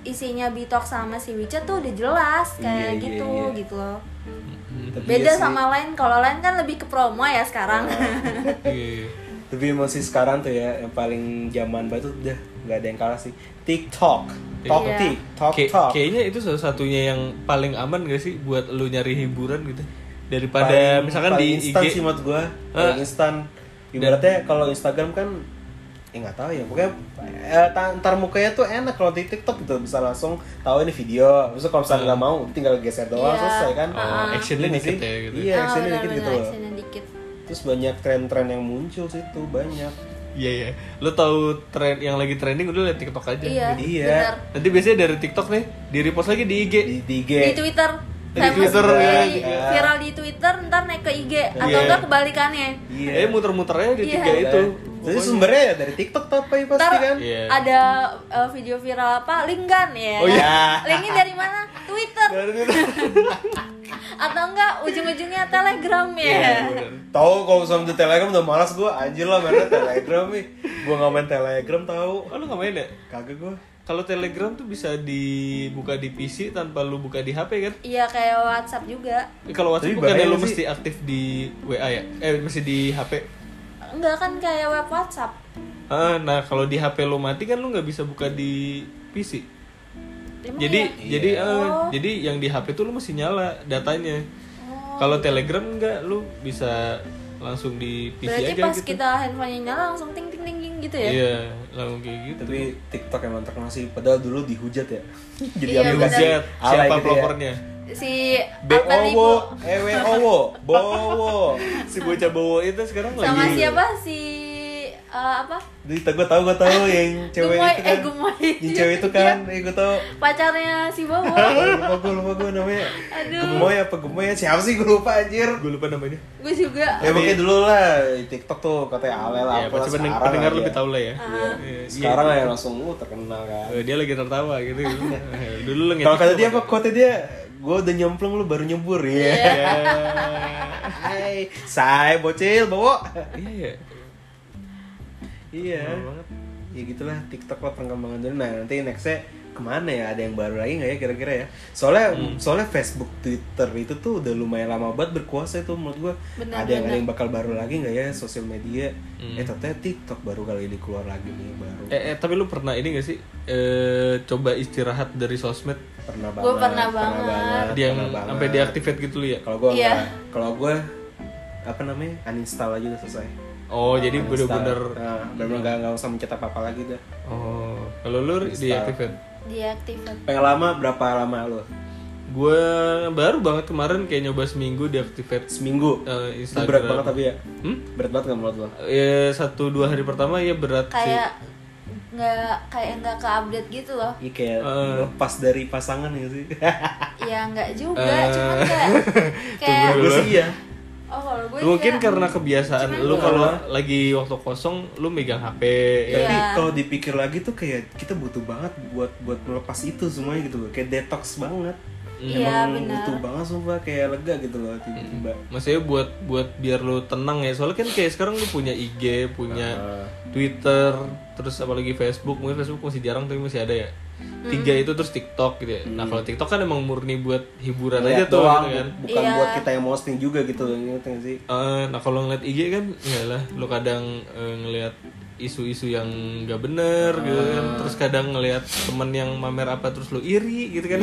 A: isinya bitok sama si WeChat tuh udah jelas
C: Iya,
A: kayak
C: iya,
A: gitu
C: iya.
A: gitu loh.
C: Tapi
A: Beda
C: ya sih, Oh,
A: sama lain kalau lain kan lebih ke promo ya sekarang.
B: Iya.
C: Tapi masih sekarang tuh ya yang paling zaman banget tuh udah nggak ada yang kalah sih. TikTok, Tok
A: Iya.
C: TikTok,
B: Kayak-
C: Tok.
B: kayaknya itu salah satunya yang paling aman gak sih buat lu nyari hiburan gitu daripada
C: Paling-
B: misalkan
C: paling
B: di Eh.
C: instan
B: IG
C: sih menurut gua paling instan ibaratnya kalau Instagram kan ya nggak tahu ya pokoknya eh, ta- antar mukanya tuh enak kalau di TikTok gitu bisa langsung tahu ini video terus kalau misalnya nggak mau tinggal geser doang
A: Iya.
C: selesai kan
B: Oh, Eh. actionnya
C: Iya nggak
B: dikit
C: sih?
B: ya gitu.
C: iya
A: Ah,
C: actionnya dikit
A: benar-benar
C: gitu loh
A: actionnya dikit.
C: terus banyak tren-tren yang muncul situ banyak
B: iya iya lu tahu tren yang lagi trending udah liat TikTok aja
A: Iya.
C: Iya.
A: Benar.
B: nanti biasanya dari TikTok nih di repost lagi di IG
C: di, di IG
A: di Twitter
B: Di
A: famous
B: Twitter,
A: di-
C: iya.
A: viral di Twitter ntar naik ke IG atau
B: Iya.
A: enggak kebalikannya
C: Iya.
B: eh muter-muternya di
A: Iya.
B: tiga itu
C: jadi sumbernya ya dari TikTok tapi
A: ntar
C: pasti kan
B: Iya.
A: ada uh, video viral apa linggan ya
B: Oh, iya.
A: linknya dari mana Twitter atau enggak ujung-ujungnya Telegram ya
B: Iya,
C: tahu kalau misalnya di Telegram udah malas gua anjir lah mana Telegram nih gua nggak main Telegram tahu
B: oh lu nggak main ya
C: kagak gua
B: kalau Telegram tuh bisa dibuka di PC tanpa lu buka di HP kan
A: iya kayak WhatsApp juga
B: Eh, kalau WhatsApp
C: Tapi
B: bukannya
C: bahaya
B: lu
C: sih.
B: mesti aktif di WA ya eh mesti di HP
A: enggak kan kayak web WhatsApp
B: Ah, nah kalau di HP lo mati kan lo nggak bisa buka di PC.
A: Emang
B: jadi
A: iya?
B: jadi ah,
A: Oh.
B: jadi yang di HP tuh lo mesti nyala datanya.
A: Oh.
B: Kalau Telegram nggak lo bisa langsung di PC
A: berarti
B: aja
A: pas
B: gitu.
A: kita handphonenya nyala langsung ting ting ting ting gitu ya
B: Iya, langsung kayak gitu.
C: Tapi TikTok emang terkenal sih, padahal dulu dihujat ya. Jadi
A: Iya,
C: aplikasi
B: Dihujat
C: alay
B: siapa
C: gitu
B: pelopornya?
A: si
C: Ya.
A: Apel
C: BOWO,
A: Ibu
C: EWOWO, BOWO.
B: Si bocah bawa itu sekarang
A: sama
B: lagi.
A: siapa si uh, apa
C: Jadi tak gua tahu gua tahu yang cewek
A: Gemoy,
C: itu
A: eh,
C: kan.
A: gemoy. Iya.
C: yang cewek itu kan, eh gua tahu.
A: pacarnya si Bowo
C: Gua Lupa gua lupa gua namanya.
A: Aduh.
C: Gemoy apa gemoy ya? Siapa sih gua lupa anjir.
B: Gue lupa namanya.
A: gue juga
C: Ya
B: Eh,
C: pokoknya dulu lah di TikTok tuh katanya alay lah.
B: Ya,
C: apa Iya,
B: pasti
C: sekarang
B: pendeng- pendengar
C: lah
B: lebih
C: ya.
B: tahu lah
A: Ah.
B: ya. Iya, iya.
C: Sekarang lah ya langsung uh, terkenal kan.
B: Eh, Dia lagi tertawa gitu. Dulu gitu. lo
C: Kalau kata
B: tuh
C: dia
B: pada-
C: apa? Kata dia, gua udah nyemplung lu baru nyebur
B: Iya.
C: ya. Hai, say bocil bawa.
B: Iya, iya.
C: Iya. Ya gitulah TikTok lah perkembangan dulu. Nah nanti nextnya kemana ya ada yang baru lagi nggak ya kira-kira ya soalnya
B: Hmm.
C: soalnya Facebook Twitter itu tuh udah lumayan lama banget berkuasa itu menurut gua
A: Benar,
C: ada yang ada yang bakal baru lagi nggak ya sosial media eh ternyata TikTok baru kali ini keluar lagi nih baru
B: Hmm. Eh, eh, tapi lu pernah ini gak sih eh, coba istirahat dari sosmed
C: pernah banget
A: Gua pernah
B: dia
C: pernah
B: yang
C: banget.
B: sampai deactivate gitu lu ya?
C: kalau gua
A: Iya.
C: nggak. kalau gua apa namanya uninstall aja udah selesai
B: Oh, jadi bener-bener
C: nah, bener-bener nggak nggak usah mencet apa apa lagi dah
B: Oh, kalau lu deactivate.
A: Diaktifkan.
C: pengen lama berapa lama lo
B: Gue baru banget kemarin kayak nyoba seminggu deactivate
C: seminggu
B: eh,
C: itu berat
B: Instagram.
C: banget tapi ya
B: Hmm?
C: berat banget nggak menurut lo
B: Ya satu dua hari pertama ya berat sih.
A: Kayak nggak kayak nggak ke update gitu loh.
C: Iya kayak
B: Eh.
C: lepas dari pasangan ya sih.
A: Ya nggak
B: Eh,
A: juga, cuman kayak kayak
C: Gue sih iya.
A: oh kalau gue kayak-
B: Mungkin karena kebiasaan lu kalau lagi waktu kosong lu megang HP. ya.
C: Tapi
A: Iya.
C: kalau dipikir lagi tuh kayak kita butuh banget buat buat melepas itu semuanya gitu loh. Kayak detox banget.
B: Hmm.
A: Iya,
C: Emang
A: benar.
C: butuh banget sumpah kayak lega gitu loh tiba-tiba.
B: Maksudnya buat buat biar lu tenang ya. Soalnya kan kayak sekarang lu punya IG, punya
C: Ah.
B: Twitter, terus apalagi Facebook. Mungkin Facebook masih jarang tapi masih ada ya. Tiga itu terus TikTok gitu ya. Nah, kalau TikTok kan emang murni buat hiburan aja
C: Hmm. Ngeliat
B: tuh
C: doang,
B: gitu kan.
C: bu-
A: Iya.
C: bukan buat kita yang posting juga gitu loh. Ngerti nggak sih?
B: Eh, nah kalau ngeliat IG kan ya lah lu kadang eh, ngeliat isu-isu yang gak bener gitu
C: Ah.
B: kan terus kadang ngeliat temen yang mamer apa terus lu iri gitu kan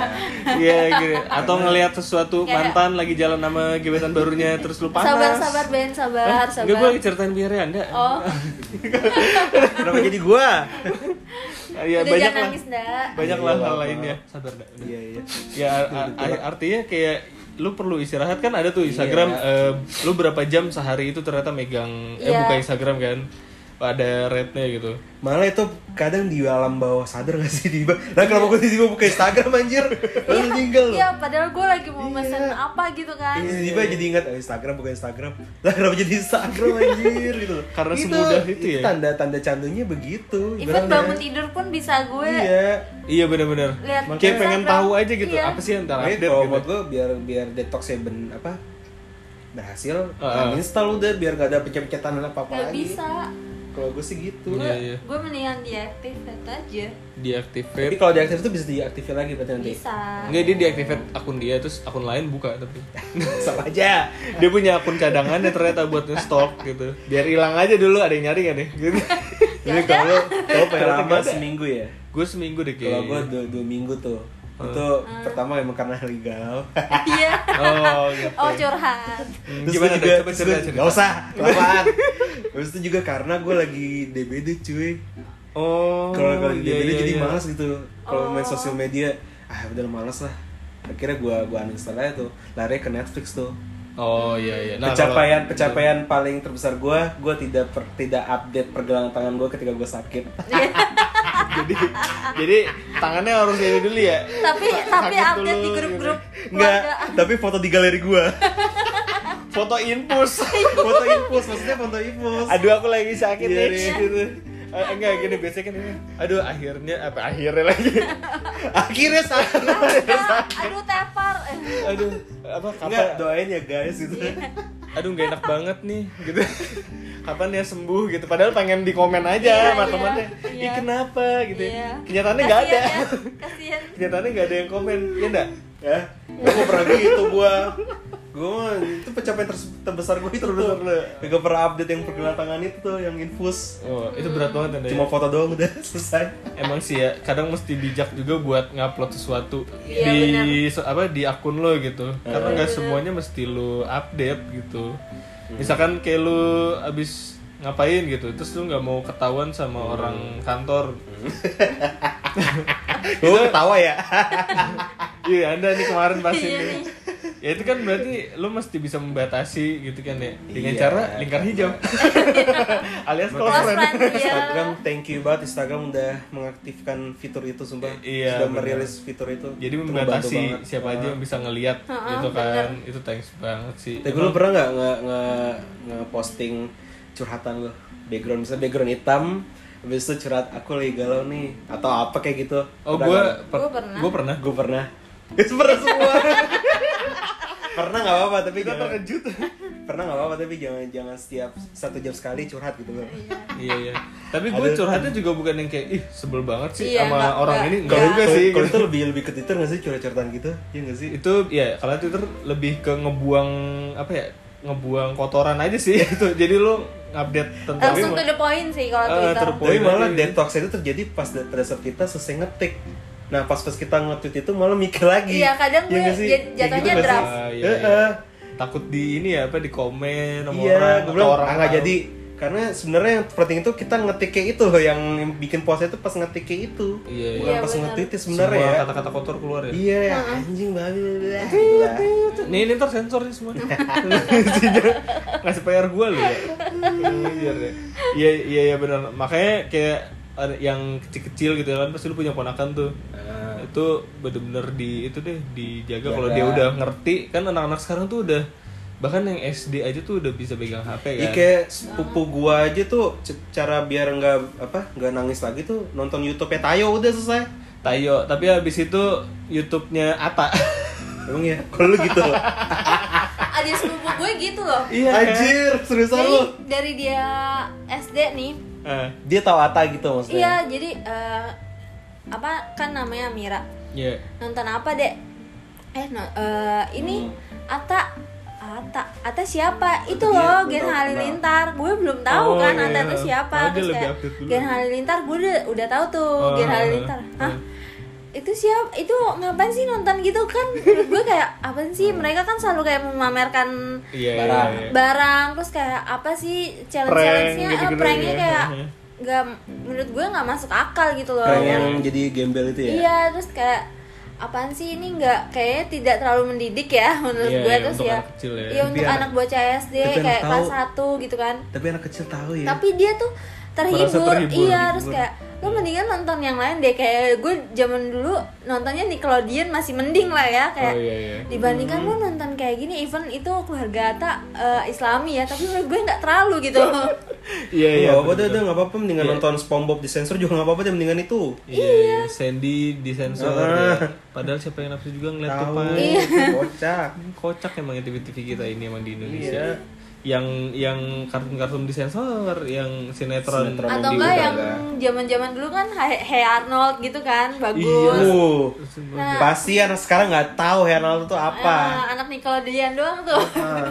B: Iya gitu atau ngeliat sesuatu mantan lagi jalan sama gebetan barunya terus lu panas Eh,
A: sabar sabar Ben Eh, sabar
B: Enggak,
A: sabar.
B: gue ceritain biar ya anda
A: Oh,
C: Kenapa gitu? jadi gua?
B: ya
A: udah
B: banyak
A: jangan
B: lah
A: nangis dah.
B: banyak lah hal lainnya sabar dah
C: Iya iya.
B: ya a- a- artinya kayak lu perlu istirahat kan ada tuh Instagram eh, lu berapa jam sehari itu ternyata megang eh
A: Iya.
B: buka Instagram kan ada rate-nya gitu
C: Malah itu kadang di alam bawah sadar gak sih tiba. Nah kenapa gue tiba buka Instagram anjir? Lalu tinggal loh.
A: Iya, padahal gue lagi mau
B: Iya.
A: mesen apa gitu kan.
C: Iya, tiba jadi ingat oh, Instagram bukan Instagram. Lah kenapa jadi Instagram anjir gitu loh.
B: Karena semudah itu ya?
C: Tanda-tanda candunya begitu.
A: Even
C: ibaratnya.
A: bangun tidur pun bisa gue
C: Iya.
B: iya benar-benar
A: lihat
B: kayak pengen
A: Instagram.
B: tahu aja gitu
A: Iya.
B: apa sih yang ntar
C: Makanya
B: update
C: kalau
B: gitu
C: buat gue biar biar detox ya ben apa berhasil
B: Ah,
C: uninstall udah biar gak ada pencet-pencetan apa apa
A: Gak
C: lagi.
A: bisa.
C: Kalau gue sih gitu.
B: iya iya
A: Gue mendingan deactivate aja.
C: Tapi
B: deactivate
C: kalau diaktif itu bisa diaktifin lagi berarti nanti.
A: Bisa.
B: Enggak dia deactivate akun dia terus akun lain buka tapi
C: Sama aja.
B: Ya, dia punya akun cadangannya ternyata buat nge-stalk gitu biar hilang aja dulu ada yang nyari gak nih gitu
A: Ya
B: jadi kalau
C: Kalau pengen
B: Ternyata
C: lama
B: gak ada.
C: seminggu ya.
B: gue seminggu Ah. deh
C: Kalau
B: kayak
C: gue dua, dua minggu tuh. Itu pertama emang karena legal.
A: Iya.
B: oh gitu.
A: Oh curhat.
C: Terus
B: Hmm. Gimana
C: gua
B: tuh? Coba
C: terus
B: cerita,
C: gua-
B: cerita.
C: Gak usah, kelamaan Terus itu juga karena gue lagi DBD cuy
B: oh
C: Kalau kalau
B: iya,
C: DBD
B: iya,
C: jadi
B: iya. Oh.
C: malas gitu Kalau main sosial media, ah udah malas lah Akhirnya gue gua uninstall aja tuh Lari ke Netflix tuh
B: Oh iya iya. Nah,
C: pencapaian pencapaian paling terbesar gue gue tidak per- tidak update pergelangan tangan gue ketika gue sakit
B: kalau- jadi jadi tangannya harus ini dulu ya.
A: tapi tapi
B: sakit
A: update
B: dulu,
A: di grup-grup
C: nggak
A: keluarga.
C: tapi foto di galeri gue
B: Foto infus.
C: foto infus maksudnya foto infus
B: Aduh aku lagi sakit
C: Iya,
B: nih.
C: iya.
B: Gitu. Eh, enggak gini biasanya kan ini. Aduh akhirnya apa akhirnya lagi.
C: akhirnya sakit
A: Ah, Aduh tepar. Eh,
B: Aduh apa kapan?
C: nggak doain ya guys gitu
B: Iya. Aduh nggak enak banget nih gitu. Kapan ya sembuh gitu. Padahal pengen di komen aja
A: Iya,
B: sama
A: iya,
B: temannya. Ih
A: iya.
B: kenapa gitu.
A: Iya.
B: Kenyataannya nggak ada.
A: Kasian ya, Kasian.
B: Kenyataannya nggak ada yang komen. Iya enggak?
C: ya gue mau pernah gitu gue gue itu pencapaian terse- terbesar gue itu tuh
B: ya?
C: gak pernah update yang pergelangan tangan itu tuh yang infus
B: Oh, itu berat banget Anda, ya.
C: cuma foto doang udah selesai
B: Emang sih ya, kadang mesti bijak juga buat ngupload sesuatu
A: Iya,
B: di so- apa di akun lo gitu. Karena nggak semuanya mesti lo update gitu. Misalkan kayak lo abis ngapain gitu, terus lu nggak mau ketahuan sama orang kantor.
C: gue ketawa ya
B: Iya, anda nih kemarin pas
A: Iya
B: ini.
A: nih.
B: Ya itu kan berarti lo mesti bisa membatasi gitu kan ya dengan
C: Iya.
B: cara lingkar hijau alias close
A: Close
B: friend.
A: friend iya.
C: Instagram thank you banget Instagram udah mengaktifkan fitur itu sumpah
B: I- iya,
C: sudah
B: bener.
C: merilis fitur itu
B: Jadi
C: Itu membantu banget.
B: membatasi siapa aja yang bisa ngelihat gitu kan. Itu thanks banget sih.
C: tapi lu pernah nggak nge nge ngeposting curhatan lu background misalnya background hitam habis itu curhat aku lagi galau nih atau apa kayak gitu
B: Oh,
C: Pernah nggak?
B: gue
A: Gua pernah.
B: Gue pernah.
C: Gue pernah. Itu pernah semua. pernah nggak apa-apa tapi
D: Kita
C: jangan
D: terkejut.
C: pernah nggak apa-apa tapi jangan jangan setiap satu jam sekali curhat gitu loh
B: iya iya tapi gue
C: Ada-
B: curhatnya juga bukan yang kayak ih sebel banget sih
A: Iya,
B: sama
A: nggak-
B: orang
A: nggak-
B: ini
A: Nggak
B: enggak juga sih
C: kalau
B: gitu.
C: itu lebih lebih ke Twitter nggak sih curhat-curhatan gitu ya nggak sih
B: itu ya kalau Twitter lebih ke ngebuang apa ya ngebuang kotoran aja sih itu jadi lo update tentang
A: langsung to the point sih kalau
B: Ah,
A: Twitter
B: terpo-
C: Tapi
B: Poin
C: malah
B: aja gitu.
C: detox itu terjadi pas da- pada saat kita selesai ngetik. Nah, pas pas kita nge-tweet itu malah mikir lagi.
A: Iya, kadang gue
C: nggak sih?
A: jad-
C: Kayak gitu
A: jatuhnya
C: nggak sih?
A: draft.
B: Ah, iya,
C: Heeh.
B: iya. takut di ini ya apa di komen sama
C: Iya,
B: orang
C: gue
B: atau
C: bilang
B: orang
C: "Ah, nggak
B: tahu."
C: jadi karena sebenarnya yang penting itu kita ngetiknya itu loh yang bikin postnya itu pas ngetiknya itu.
B: Iya, iya.
C: Bukan
A: Iya,
C: pas
A: benar.
C: nge-tweet ya sebenarnya
B: sebenarnya
C: ya.
B: kata-kata kotor keluar ya
C: Iya, anjing banget
A: Iya.
C: gitu lah.
B: nih ini ntar sensor nih semua tidak ngasih PR gue lu ya Iya, iya iya iya benar makanya kayak ada yang kecil-kecil gitu kan pasti lu punya ponakan tuh itu bener-bener di itu deh dijaga kalau dia udah ngerti kan anak-anak sekarang tuh udah bahkan yang SD aja tuh udah bisa pegang HP
C: Iya
B: kan
C: kayak sepupu gua aja tuh c- cara biar nggak apa nggak nangis lagi tuh nonton YouTube Tayo udah selesai.
B: Tayo tapi habis itu YouTube-nya Ata
C: Emang ya, kalau lu gitu.
A: ada sepupu gue gitu loh
B: iya
C: Anjir, seriusan
A: jadi
C: lu.
A: dari dia SD nih
B: Ah,
C: dia tahu Ata gitu maksudnya.
A: iya jadi eh, apa kan namanya Mira
B: iya
A: nonton apa dek eh no- eh, ini
B: Hmm.
A: Ata Ata Ata siapa itu loh
C: Ata
A: Gen
C: dia, belum tahu,
A: Halilintar gue belum tahu
B: Iya, Oh,
A: kan
B: iya.
A: Ata itu siapa
B: Oh, dia
A: Terus
B: lebih
A: kayak,
B: update dulu.
A: Gen Halilintar gue udah, udah tahu tuh
B: Oh,
A: Gen
B: iya,
A: Halilintar
B: iya.
A: hah itu siap itu ngapain sih nonton gitu kan menurut gue kayak apa sih mereka kan selalu kayak memamerkan
B: Hmm. iya iya,
C: Barang.
B: iya.
A: barang terus kayak apa sih challenge
B: Prank,
A: challenge-nya eh,
B: gitu-gitu
A: pranknya
B: ya.
A: kayak nggak menurut gue nggak masuk akal gitu loh
C: Prank yang jadi gembel itu ya.
A: Iya, terus kayak apaan sih ini nggak kayaknya tidak terlalu mendidik ya menurut
B: Iya,
A: gue
B: iya,
A: terus
B: untuk
A: ya.
B: anak kecil ya.
A: Iya, untuk
C: Tapi
A: anak bocah SD
C: tapi anak
A: kayak kelas
C: tahu.
A: 1 gitu kan.
C: Tapi anak kecil tahu ya.
A: Tapi dia tuh terhibur,
B: Iya. Merasa terhibur,
A: iya
B: terhibur.
A: terus kayak lo mendingan nonton yang lain deh kayak gue zaman dulu nontonnya Nickelodeon masih mending lah ya kayak
B: oh iya iya
A: dibandingkan lo nonton kayak gini even itu keluarga tak eh, Islami ya tapi menurut gue nggak terlalu gitu
B: iya
C: Nggak apa-apa
B: iya
C: deh,
B: bener-bener.
C: udah nggak apa-apa mendingan nonton SpongeBob di sensor juga nggak apa-apa deh mendingan itu.
B: Iya, iya. Sandy disensor.
C: Ah.
B: ya. Padahal siapa yang nafsu juga ngeliat tuh
C: Tahu, Iya.
B: Pak.
A: Iya.
C: kocak.
B: Kocak emang TV-TV kita ini emang di Indonesia. Yang yang kartun-kartun disensor, yang sinetron,
C: Sinetron
A: atau
C: Di
A: enggak
C: udara.
A: yang
B: ya.
A: zaman-zaman dulu kan Hey Arnold gitu kan
B: Iya.
A: bagus
C: Uh,
A: Nah.
C: pasti anak sekarang nggak tahu Hernaldo itu apa. Oh,
A: Eh, anak Nickelodeon doang tuh.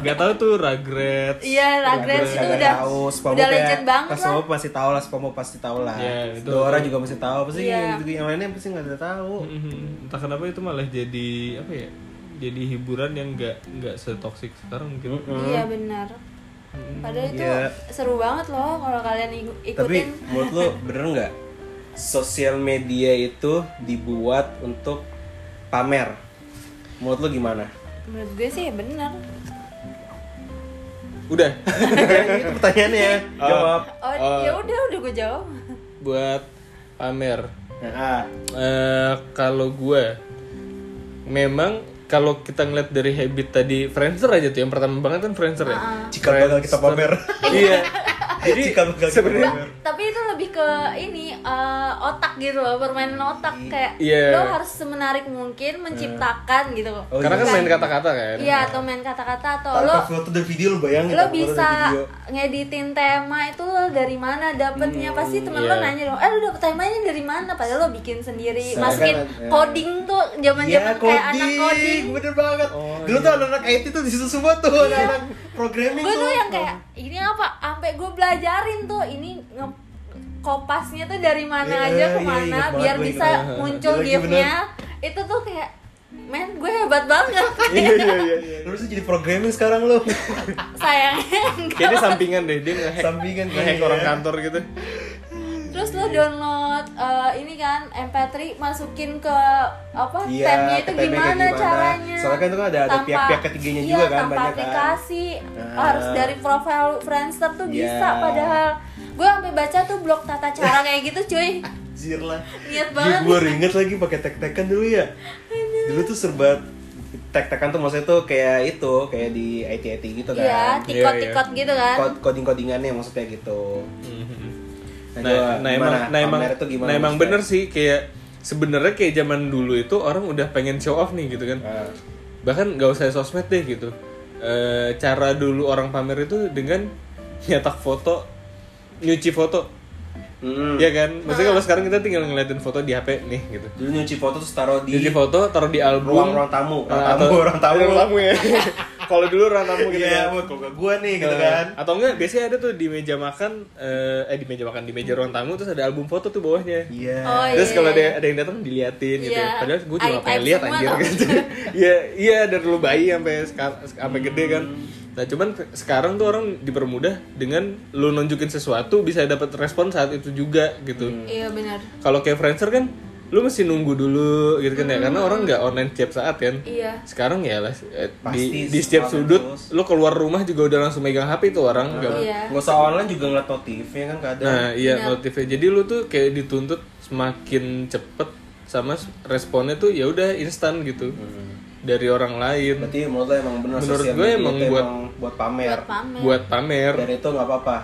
B: Gak tau tuh Rugrats.
A: Iya, Rugrats itu
C: Kagak
A: udah
C: tahu, SpongeBob
A: udah
C: ya,
A: legend banget
C: pas
A: lah.
C: SpongeBob pasti tahu lah, SpongeBob pasti tahu lah.
B: Iya, itu.
C: Dora juga pasti tahu, pasti
A: Iya.
C: yang, yang lainnya pasti nggak ada tahu.
B: Mhm. Entah kenapa itu malah jadi apa ya? Jadi hiburan yang nggak nggak setoksik sekarang mungkin.
A: Iya benar. Padahal itu
C: Hmm. Iya.
A: seru banget loh kalau kalian iku-
C: Tapi
A: ikutin.
C: menurut lo bener nggak sosial media itu dibuat untuk pamer? Menurut lo gimana?
A: Menurut gue sih ya benar.
B: Udah.
C: itu pertanyaannya jawab.
A: Oh,
C: Eh.
A: ya udah udah gue jawab.
B: Buat pamer.
C: Nah, ah.
B: Eh, kalau gue memang kalau kita ngeliat dari habit tadi Friendster aja tuh yang pertama banget kan Friendster ya.
C: Jika bakal kita pamer.
B: iya. Jadi
C: Jika bakal kita
B: sebenarnya
C: pamer.
A: Tapi itu lebih ke ini eh, otak gitu loh, permainan otak kayak
B: Iya.
A: lo harus semenarik mungkin menciptakan gitu.
C: Oh,
B: karena kan
A: Bukan-
B: main kata-kata kan.
A: Iya, atau main kata-kata atau lo
C: Tanpa foto dan video lo bayangin.
A: lo
C: tanpa foto dan
A: bisa
C: video. Hmm,
A: ngeditin tema itu lo dari mana dapetnya pasti temen lo
B: iya.
A: nanya dong eh lo dapet temanya dari mana padahal lo bikin sendiri
C: Seakan-
A: masukin
C: ya.
A: coding tuh zaman zaman
C: Ya,
A: kayak anak coding
C: bener banget.
B: Oh,
C: Dulu
B: iya.
C: tuh anak-anak IT tuh disitu semua tuh, anak-anak programming
A: gue
C: tuh.
A: tuh yang kayak ini apa sampai gue belajarin tuh ini nge- kopasnya tuh dari mana
C: Iya,
A: aja
C: iya,
A: ke mana
C: ingat banget
A: biar
C: gue
A: bisa
C: ingat.
A: muncul
C: Iya, lagi
A: giftnya itu tuh kayak men gue hebat banget
B: Iya iya iya. iya.
C: Lu tuh jadi programming sekarang lo.
A: sayangnya enggak.
B: Kayaknya sampingan deh dia ngehack
C: Sampingan kan.
B: ngehack orang kantor gitu.
A: terus lo download eh, ini kan MP3 masukin ke apa
C: Iya,
A: tabnya itu
C: ke tabnya kayak
A: gimana
C: gimana.
A: caranya
C: Soalnya kan itu kan ada- ada
A: Tanpa-
C: pihak-pihak ketiganya
A: iya,
C: juga kan,
A: tanpa
C: banyak kan.
A: aplikasi
C: Nah.
A: harus dari profil Friendster tuh
C: Iya.
A: bisa padahal gue sampai baca tuh blog tata cara kayak gitu cuy
C: Anjir lah.
A: niat
C: Iya,
A: banget
C: gue inget lagi pakai tek-tekan dulu ya. Dulu tuh serba tek-tekan tuh maksudnya tuh kayak itu, kayak di IT-IT gitu kan.
A: iya tikot tikot gitu kan
C: Kod- Coding-codingannya maksudnya gitu.
B: Mm-hmm. Nah, nah, emang, nah emang, nah
C: Nah.
B: emang
C: Ah.
B: bener sih kayak sebenarnya kayak zaman dulu itu orang udah pengen show off nih gitu kan. bahkan nggak usah sosmed deh gitu Eh, cara dulu orang pamer itu dengan nyetak foto nyuci foto
C: Mm.
B: Iya kan maksudnya kalau sekarang kita tinggal ngeliatin foto di hp nih gitu
C: Dulu nyuci foto terus taruh di
B: nyuci foto taruh di album
C: ruang-ruang tamu, ruang
B: Nah,
C: tamu,
B: atau-
C: ruang tamu.
B: ruang tamu ya kalau dulu ruang tamu gitu
C: Iya,
B: kan.
C: buat keluarga gua nih gitu kan.
B: Eh, atau enggak biasanya ada tuh di meja makan eh, eh di meja makan di meja ruang tamu terus ada album foto tuh bawahnya
C: Iya.
A: Oh, iya.
B: Terus kalau ada, ada yang datang diliatin gitu.
A: Iya.
B: Padahal gue cuma
A: Aib-
B: pengen
A: aib
B: lihat
A: semua
B: anjir
A: tau.
B: gitu. Iya, iya dari lu bayi sampai sekarang sampai gede kan.
C: Hmm.
B: Nah, cuman ke- sekarang tuh orang dipermudah dengan lu nunjukin sesuatu bisa dapat respon saat itu juga
C: Hmm.
B: gitu.
A: Iya benar.
B: Kalau kayak Friendster kan lu mesti nunggu dulu gitu kan ya karena orang nggak online tiap saat
A: Hmm.
B: kan.
A: Iya.
B: Sekarang ya lah eh, di,
C: Pasti
B: di setiap
C: sekarang
B: sudut
C: terus.
B: lu keluar rumah juga udah langsung megang HP tuh orang nggak-
A: Iya.
C: Nggak usah online juga ngeliat notifnya kan kadang.
B: Nah iya notifnya. Jadi lu tuh kayak dituntut semakin cepet sama s- responnya tuh ya udah instan gitu
C: Hmm.
B: dari orang lain
C: Berarti menurut lo emang bener
B: Menurut
C: sosial
B: gue
C: media
B: emang
C: itu
B: buat-
C: buat pamer.
A: Buat pamer.
B: buat pamer.
C: Dan itu nggak apa-apa.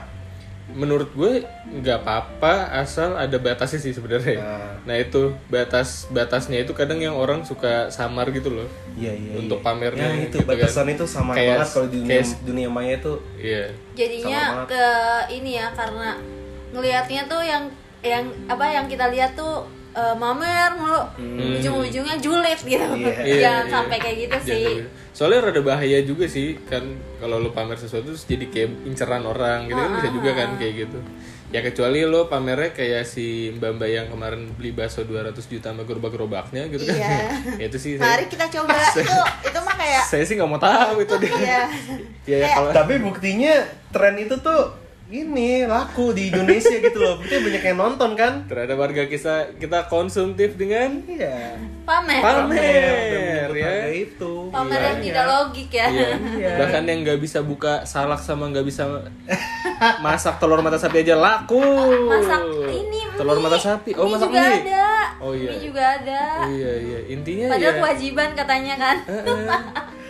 B: Menurut gue nggak apa-apa asal ada batasnya sih sebenarnya.
C: Nah.
B: Nah itu batas batasnya itu kadang yang orang suka samar gitu loh.
C: Iya iya.
B: Untuk
C: iya.
B: pamernya
C: Ya, itu
B: gitu kan.
C: batasan itu sama
B: Kayak-
C: banget kalau di dunia
B: kayak-
C: dunia maya itu.
B: Iya.
A: Jadinya ke ini ya karena ngelihatnya tuh yang yang apa yang kita lihat tuh eh, mamer mulu ujung-ujungnya julid gitu.
C: Iya.
B: Hmm. Iya,
A: Jangan
B: iya.
A: sampai kayak gitu sih.
B: Jangan gitu. Soalnya rada bahaya juga sih kan kalau lu pamer sesuatu terus jadi kayak inceran orang gitu kan bisa juga kan
A: Ah.
B: kayak gitu. Ya kecuali lo pamernya kayak si Mbak Mbak yang kemarin beli bakso 200 juta sama gerobak-gerobaknya gitu kan.
A: Iya.
B: Ya itu sih
A: Mari
B: saya,
A: kita coba itu itu mah kayak
B: saya sih nggak mau tahu itu dia.
A: ya
B: Ya, ya kalau
C: Tapi buktinya tren itu tuh ini laku di Indonesia gitu loh. Berarti banyak yang nonton kan?
B: terhadap warga kita kita konsumtif dengan
C: Iya.
A: pamer.
C: Udah
B: pamer ya.
C: menyebut harga itu. Iya.
A: Pamer yang tidak logik ya.
B: Iya. Bahkan yang nggak bisa buka salak sama nggak bisa masak telur mata sapi aja laku.
A: Masak ini
B: telur
A: mie.
B: mata sapi. Oh,
A: Mie
B: masak
A: juga
B: mie.
A: ada.
B: Oh iya.
A: Mie juga ada.
B: Oh, iya iya. Intinya
A: Padahal
B: ya.
A: kewajiban katanya kan.
B: Eh,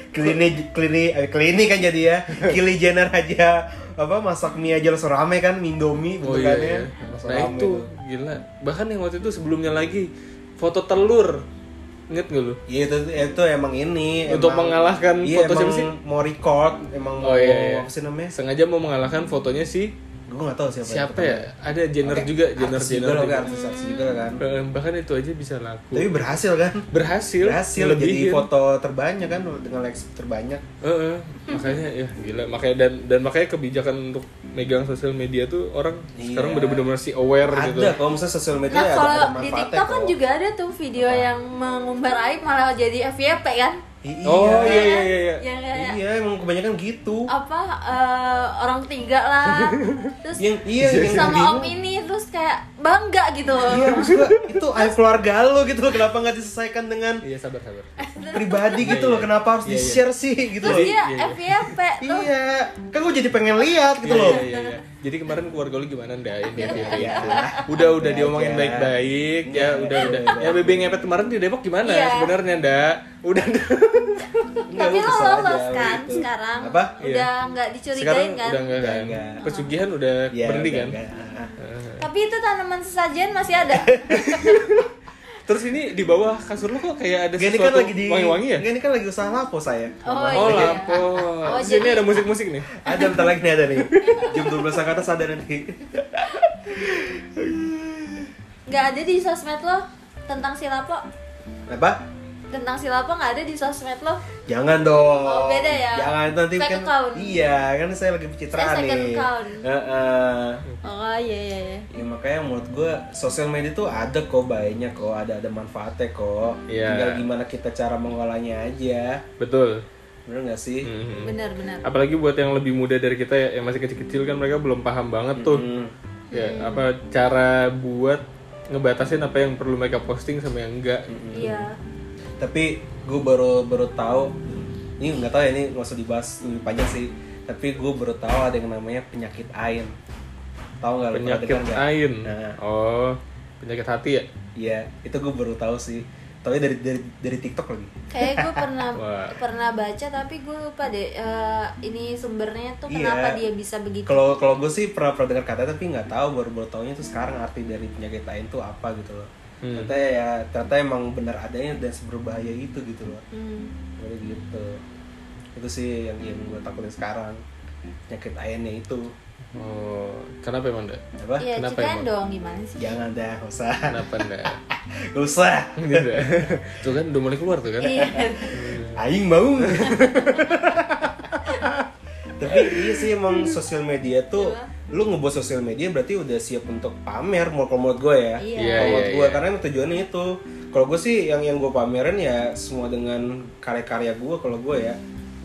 C: klinik klinik eh, klinik kan jadi ya Kylie Jenner aja apa masak mie aja langsung rame kan mie Indomie
B: Oh iya,
C: bentukannya
B: iya.
C: Langsung
B: Nah
C: rame
B: itu
C: tuh.
B: gila. Bahkan yang waktu itu sebelumnya lagi foto telur. Ingat gak lu?
C: Iya itu itu emang ini
B: Untuk
C: emang-
B: mengalahkan
C: iya,
B: foto siapa
C: emang
B: sih?
C: mau record emang
B: Oh,
C: mau
B: iya, iya.
C: apa sih namanya
B: Sengaja mau mengalahkan fotonya si
C: gue nggak tahu siapa
B: siapa ya? Ada Jenner juga, Jenner
C: artis juga
B: Jenner.
C: loh,
B: juga.
C: kan artis artis juga kan
B: Eh, Bahkan itu aja bisa laku.
C: tapi berhasil kan
B: Berhasil.
C: berhasil jadi
B: ngelebihin.
C: foto terbanyak kan dengan likes terbanyak
B: Heeh, makanya ya gila makanya dan dan makanya kebijakan untuk megang sosial media tuh orang
C: Iya.
B: sekarang bener-bener masih aware gitu.
C: ada kalau misalnya sosial media
A: Nah
C: ada,
A: kalau
C: ada
A: di
C: manfaatnya
A: TikTok kan
C: kok.
A: juga ada tuh video yang mengumbar aib malah jadi FYP kan?
C: I-
B: Oh
C: iya
B: iya iya iya. iya.
A: Yang kayak
C: iya emang kebanyakan gitu
A: apa eh, orang ketiga lah, terus
C: yang iya yang
A: sama
C: bingung.
A: om ini terus kayak bangga gitu.
C: Iya, maksud gua, itu aib keluarga lo gitu loh. Kenapa nggak diselesaikan dengan
B: Iya sabar sabar.
C: pribadi gitu
B: Iya,
C: loh? Kenapa harus di share sih gitu
A: Terus
C: loh?
A: dia FYP tuh.
C: Iya, kan gue jadi pengen lihat gitu
B: Iya,
C: loh.
B: iya, iya, iya. Jadi kemarin keluarga lu gimana ya, ndak ini FYP
C: Iya.
B: itu? Udah udah diomongin
C: aja.
B: baik-baik ya,
C: Iya,
B: udah
C: iya,
B: udah.
C: iya.
B: Ya BB ngepet kemarin di Depok gimana
A: Iya.
B: sebenarnya ndak? Udah ndak.
C: Enggak,
A: Tapi
C: gua
A: lo
C: kesel aja
A: lolos
C: sama
A: kan
C: itu.
A: sekarang?
C: Apa? Iya.
A: Udah nggak dicurigain
B: Sekarang
A: kan?
B: udah enggak
C: Udah
B: kan.
C: enggak.
B: Pesugihan udah
C: Iya,
B: berhenti
C: udah,
B: kan.
C: enggak.
A: Tapi itu tanaman sesajen masih ada.
B: Terus ini di bawah kasur lu kok kayak ada
C: Enggak, ini kan
B: sesuatu
C: lagi di
B: wangi-wangi ya?
C: enggak, ini kan lagi usaha lapo saya.
A: Oh,
B: Oh,
A: iya.
B: lampu.
A: Oh,
B: Terus ini
A: jadi-
B: ada musik-musik nih.
C: Ada bentar lagi nih ada nih. Jam 12 ke atas ada nanti.
A: Nggak ada di sosmed lo tentang silapo?
C: Apa?
A: Tentang silapo nggak ada di sosmed lo?
C: Jangan dong.
A: Oh, beda ya?
C: Jangan itu nanti
A: Second
C: kan.
A: count.
C: Iya, kan saya lagi pencitraan
A: Saya second
C: nih.
A: count.
C: Heeh.
A: Oh iya iya iya.
C: Ya makanya menurut gue sosial media tuh ada kok baiknya kok, ada ada manfaatnya kok.
B: Iya.
C: Tinggal gimana kita cara mengolahnya aja.
B: Betul.
C: Bener gak sih?
B: Mhm.
A: Benar benar.
B: apalagi buat yang lebih muda dari kita ya, yang masih kecil-kecil kan mereka belum paham banget tuh
C: Hmm.
B: ya apa cara buat ngebatasin apa yang perlu mereka posting sama yang enggak
C: Hmm.
A: Iya.
C: Tapi gue baru baru tahu ini nggak tahu ya ini nggak usah dibahas lebih panjang sih. Tapi gue baru tahu ada yang namanya penyakit ain. Tahu nggak? lu? Pernah
B: penyakit
C: dengar nggak?
B: lain
C: Nah.
B: oh penyakit hati ya
C: Iya, itu gue baru tahu sih. Tapi dari dari dari TikTok lagi.
A: Kayak gue pernah
B: Wah.
A: pernah baca tapi gue lupa deh eh, ini sumbernya tuh
C: Iya.
A: kenapa dia bisa begitu.
C: Kalau kalau gue sih pernah pernah dengar kata tapi nggak tahu baru baru tahunya tuh sekarang arti dari penyakit ain tuh apa gitu loh. ternyata ya ternyata emang benar adanya dan seberbahaya itu gitu loh
A: Hmm.
C: jadi gitu itu sih yang yang gue takutin sekarang penyakit ayamnya itu
B: Oh, kenapa emang dah?
C: apa
A: Iya,
B: Kenapa
A: ceritain
B: emang?
A: dong gimana sih?
C: jangan dah nggak usah
B: Kenapa dah?
C: nggak usah
B: Gitu. Tuh kan udah mulai keluar tuh kan?
A: Iya.
C: aing bau tapi iya sih emang sosial media tuh lu ngebuat sosial media berarti udah siap untuk pamer mau kalau menurut gue
A: Iya.
C: ya
B: Iya,
C: Kalau
B: iya,
C: menurut gue
B: iya.
C: karena emang tujuannya itu kalau gue sih yang yang gue pamerin ya semua dengan karya-karya gue kalau gue ya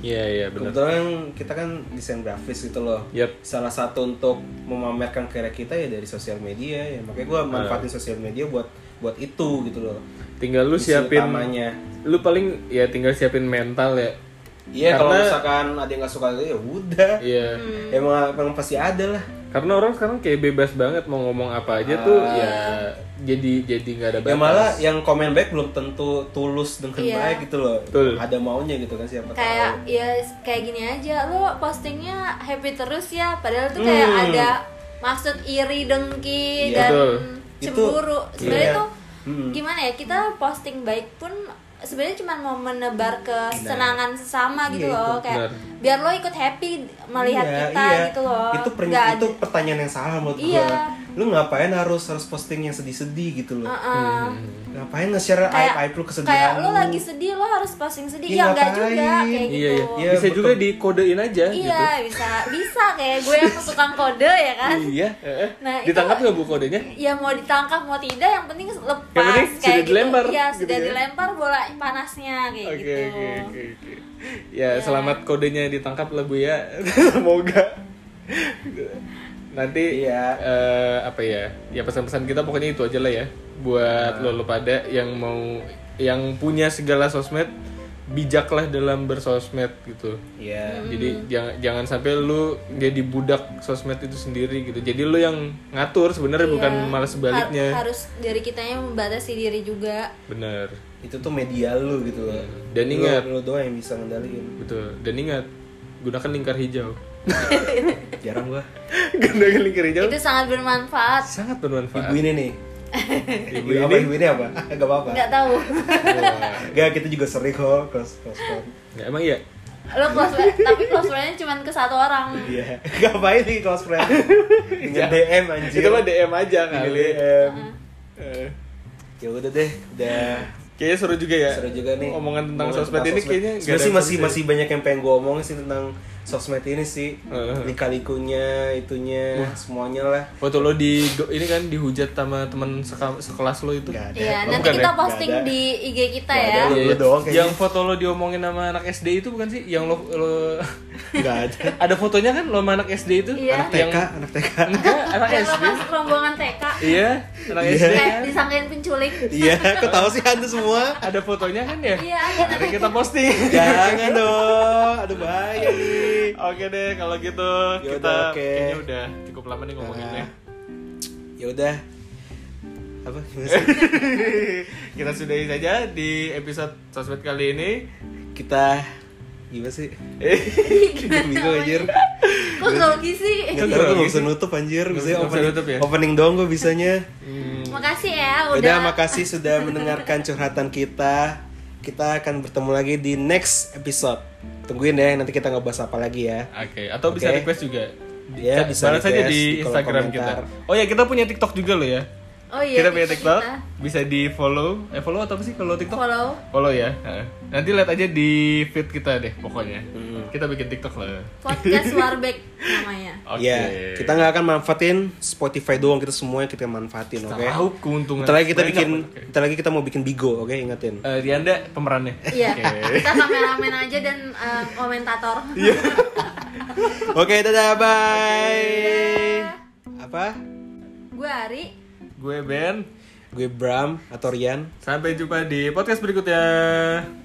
B: Iya, iya, benar.
C: kebetulan kita kan desain grafis gitu loh
B: Yap.
C: salah satu untuk memamerkan karya kita ya dari sosial media ya makanya
B: Ah.
C: gue manfaatin sosial media buat buat itu gitu loh
B: Tinggal lu
C: Misi
B: siapin
C: utamanya.
B: Lu paling ya tinggal siapin mental ya.
C: Iya kalau
B: Karena-
C: misalkan ada yang gak suka itu ya udah.
B: Iya.
A: Hmm.
C: Emang emang pasti ada lah.
B: Karena orang sekarang kayak bebas banget mau ngomong apa aja tuh ya jadi jadi nggak ada
C: Ya
B: batas.
C: malah Ah. yang komen baik belum tentu tulus dengan
A: Iya.
C: baik gitu loh.
B: Betul.
C: Ada maunya gitu kan siapa
A: kayak
C: tahu.
A: ya kayak gini aja lo postingnya happy terus ya padahal tuh kayak
C: Hmm.
A: ada maksud iri dengki
C: Iya.
A: dan
B: Betul.
A: cemburu
C: Itu-
A: sebenarnya
C: iya.
A: tuh
C: Hmm.
A: gimana ya kita posting baik pun sebenarnya cuma mau menebar kesenangan sesama gitu
C: Iya, itu
A: loh kayak
B: benar.
A: biar lo ikut happy melihat
C: Iya,
A: kita
C: iya.
A: gitu loh
C: Itu per-
A: Nggak
C: itu
A: ada-
C: pertanyaan yang salah menurut
A: Iya.
C: gua. Lu ngapain harus harus posting yang sedih-sedih gitu loh.
A: Heeh.
C: Ngapain nge-share aib aib lu kesedihan
A: Uh-uh. kayak lo
C: lu.
A: lagi sedih lo harus posting sedih
C: Iya,
A: ya enggak
C: ngapain?
A: juga kayak
B: Iya,
A: gitu
B: iya.
C: Iya,
B: bisa
C: betul.
B: juga dikodein aja gitu.
A: Iya bisa bisa kayak gue yang tukang kode ya kan
B: Iya. eh, eh.
A: Nah, itu-
B: Ditangkap nggak bu kodenya?
A: ya mau ditangkap mau tidak yang penting lepas
B: Yang penting sudah
A: kayak
B: dilempar,
A: gitu. ya
B: gitu
A: sudah
B: ya.
A: dilempar bola panasnya kayak
B: Oke
A: gitu Iya.
B: oke oke. oke. Ya selamat kodenya ditangkap lah bu ya. Semoga. Nanti
C: Iya.
B: eh, apa ya? Ya pesan-pesan kita pokoknya itu aja lah ya. Buat
C: Nah.
B: lo lo pada yang mau yang punya segala sosmed bijaklah dalam bersosmed gitu.
C: Iya.
A: Hmm.
B: Jadi jangan jangan sampai lu jadi budak sosmed itu sendiri gitu. Jadi lu yang ngatur sebenarnya bukan
A: Iya.
B: malah sebaliknya.
A: Har- harus dari kitanya membatasi diri juga
B: Bener.
C: Itu tuh media lu gitu loh.
B: Dan
C: Lu-
B: ingat.
C: lu, doang yang bisa ngendaliin.
B: Betul. Dan ingat gunakan lingkar hijau.
C: Jarang gua.
B: gunakan lingkar hijau
A: itu sangat bermanfaat
B: sangat bermanfaat.
C: Ibu ini nih.
B: Ibu
C: Ibu apa
B: ini.
C: ibu ini apa? Gak apa-apa.
A: nggak tahu
B: Wah.
C: Gak, kita juga sering kok cross cross cross.
B: Ya, emang iya.
A: lo close friend- tapi close friendnya cuma ke satu orang
C: Iya. Ngapain nih cross friend? Nge DM anjir. Iya.
B: Itu mah DM aja
C: Nge
B: kali.
C: DM.
B: Eh,
C: Ya udah deh, udah
B: Kayaknya seru juga ya.
C: seru juga nih.
B: Omongan tentang sosmed ini kayaknya nggak
C: sebenarnya sih
B: ada
C: masih
B: habisnya.
C: masih banyak yang pengen gue omongin sih tentang sosmed ini sih.
B: Heeh.
C: Lika-likunya, itunya, semuanya lah.
B: Waktu lo di ini kan dihujat sama teman seka- sekelas lo itu.
C: Gak ada.
A: Iya,
B: Oh,
A: nanti
B: bukan
A: kita
B: ya?
A: posting
C: Nggak ada.
A: di IG kita
C: Nggak
A: ya.
C: ada. Lu
B: Iya, iya.
C: doang kayaknya.
B: yang foto lo diomongin sama anak SD itu bukan sih? Yang lo, lo
C: Gak ada.
B: ada fotonya kan lo sama anak SD itu?
A: Iya.
B: Anak
C: TK,
B: yang
C: anak TK.
B: enggak anak
A: Dan lo
B: SD.
A: masuk rombongan TK.
B: Iya, anak
C: Iya.
B: SD
A: Kayak
B: kan.
A: Eh, disangkain penculik.
C: Iya, kok tahu sih anda semua?
B: Ada fotonya kan ya?
A: Iya, ada.
B: Nanti kita posting.
C: Jangan dong, aduh bahaya nih.
B: Oke deh, kalau gitu
C: Yaudah,
B: kita
C: oke. Nah.
B: kayaknya udah cukup lama nih ngomonginnya.
C: Ya udah. Apa? Gimana sih?
B: kita sudahi saja di episode sosmed kali ini.
C: kita gimana sih?
B: Eh,
C: Gimana bingung anjir.
A: Kok grogi sih?
B: Iya.
C: Nggak tahu gue nggak bisa nutup anjir. Biasanya
B: Nggak bisa
C: opening,
B: nutup ya? Oh,
C: opening doang gue bisanya.
A: Makasih ya
C: Udah.
A: udah.
C: makasih sudah mendengarkan curhatan kita. Kita akan bertemu lagi di next episode. Tungguin deh nanti kita ngebahas apa lagi ya.
B: Oke, atau bisa
C: Oke.
B: request juga.
C: Iya, bisa
B: Balas aja
C: request
B: di
C: di kolom
B: Instagram kita.
C: komentar.
B: Oh ya, kita punya TikTok juga loh ya.
A: Oh iya.
B: kita punya TikTok,
A: kita.
B: bisa di follow. Eh follow atau apa sih kalau TikTok?
A: Follow.
B: Follow ya. Heeh. Nanti lihat aja di feed kita deh pokoknya.
C: Hmm.
B: Kita bikin TikTok lah.
A: Podcast Warbeck namanya.
B: Oke.
C: Ya, kita nggak akan manfaatin Spotify doang kita semuanya kita manfaatin, oke?
B: tahu keuntungan.
C: Bentar lagi kita
B: Banyak,
C: bikin,
B: oke.
C: bentar lagi kita mau bikin Bigo, oke? Ingatin.
B: Eh, Rianda pemerannya.
A: Iya.
B: Oke.
A: Kita kameramen aja dan eh, komentator.
B: Iya.
C: Oke, dadah, bye. Apa?
A: Gue Ari.
B: Gue Ben.
C: Gue Bram atau Rian.
B: Sampai jumpa di podcast berikutnya.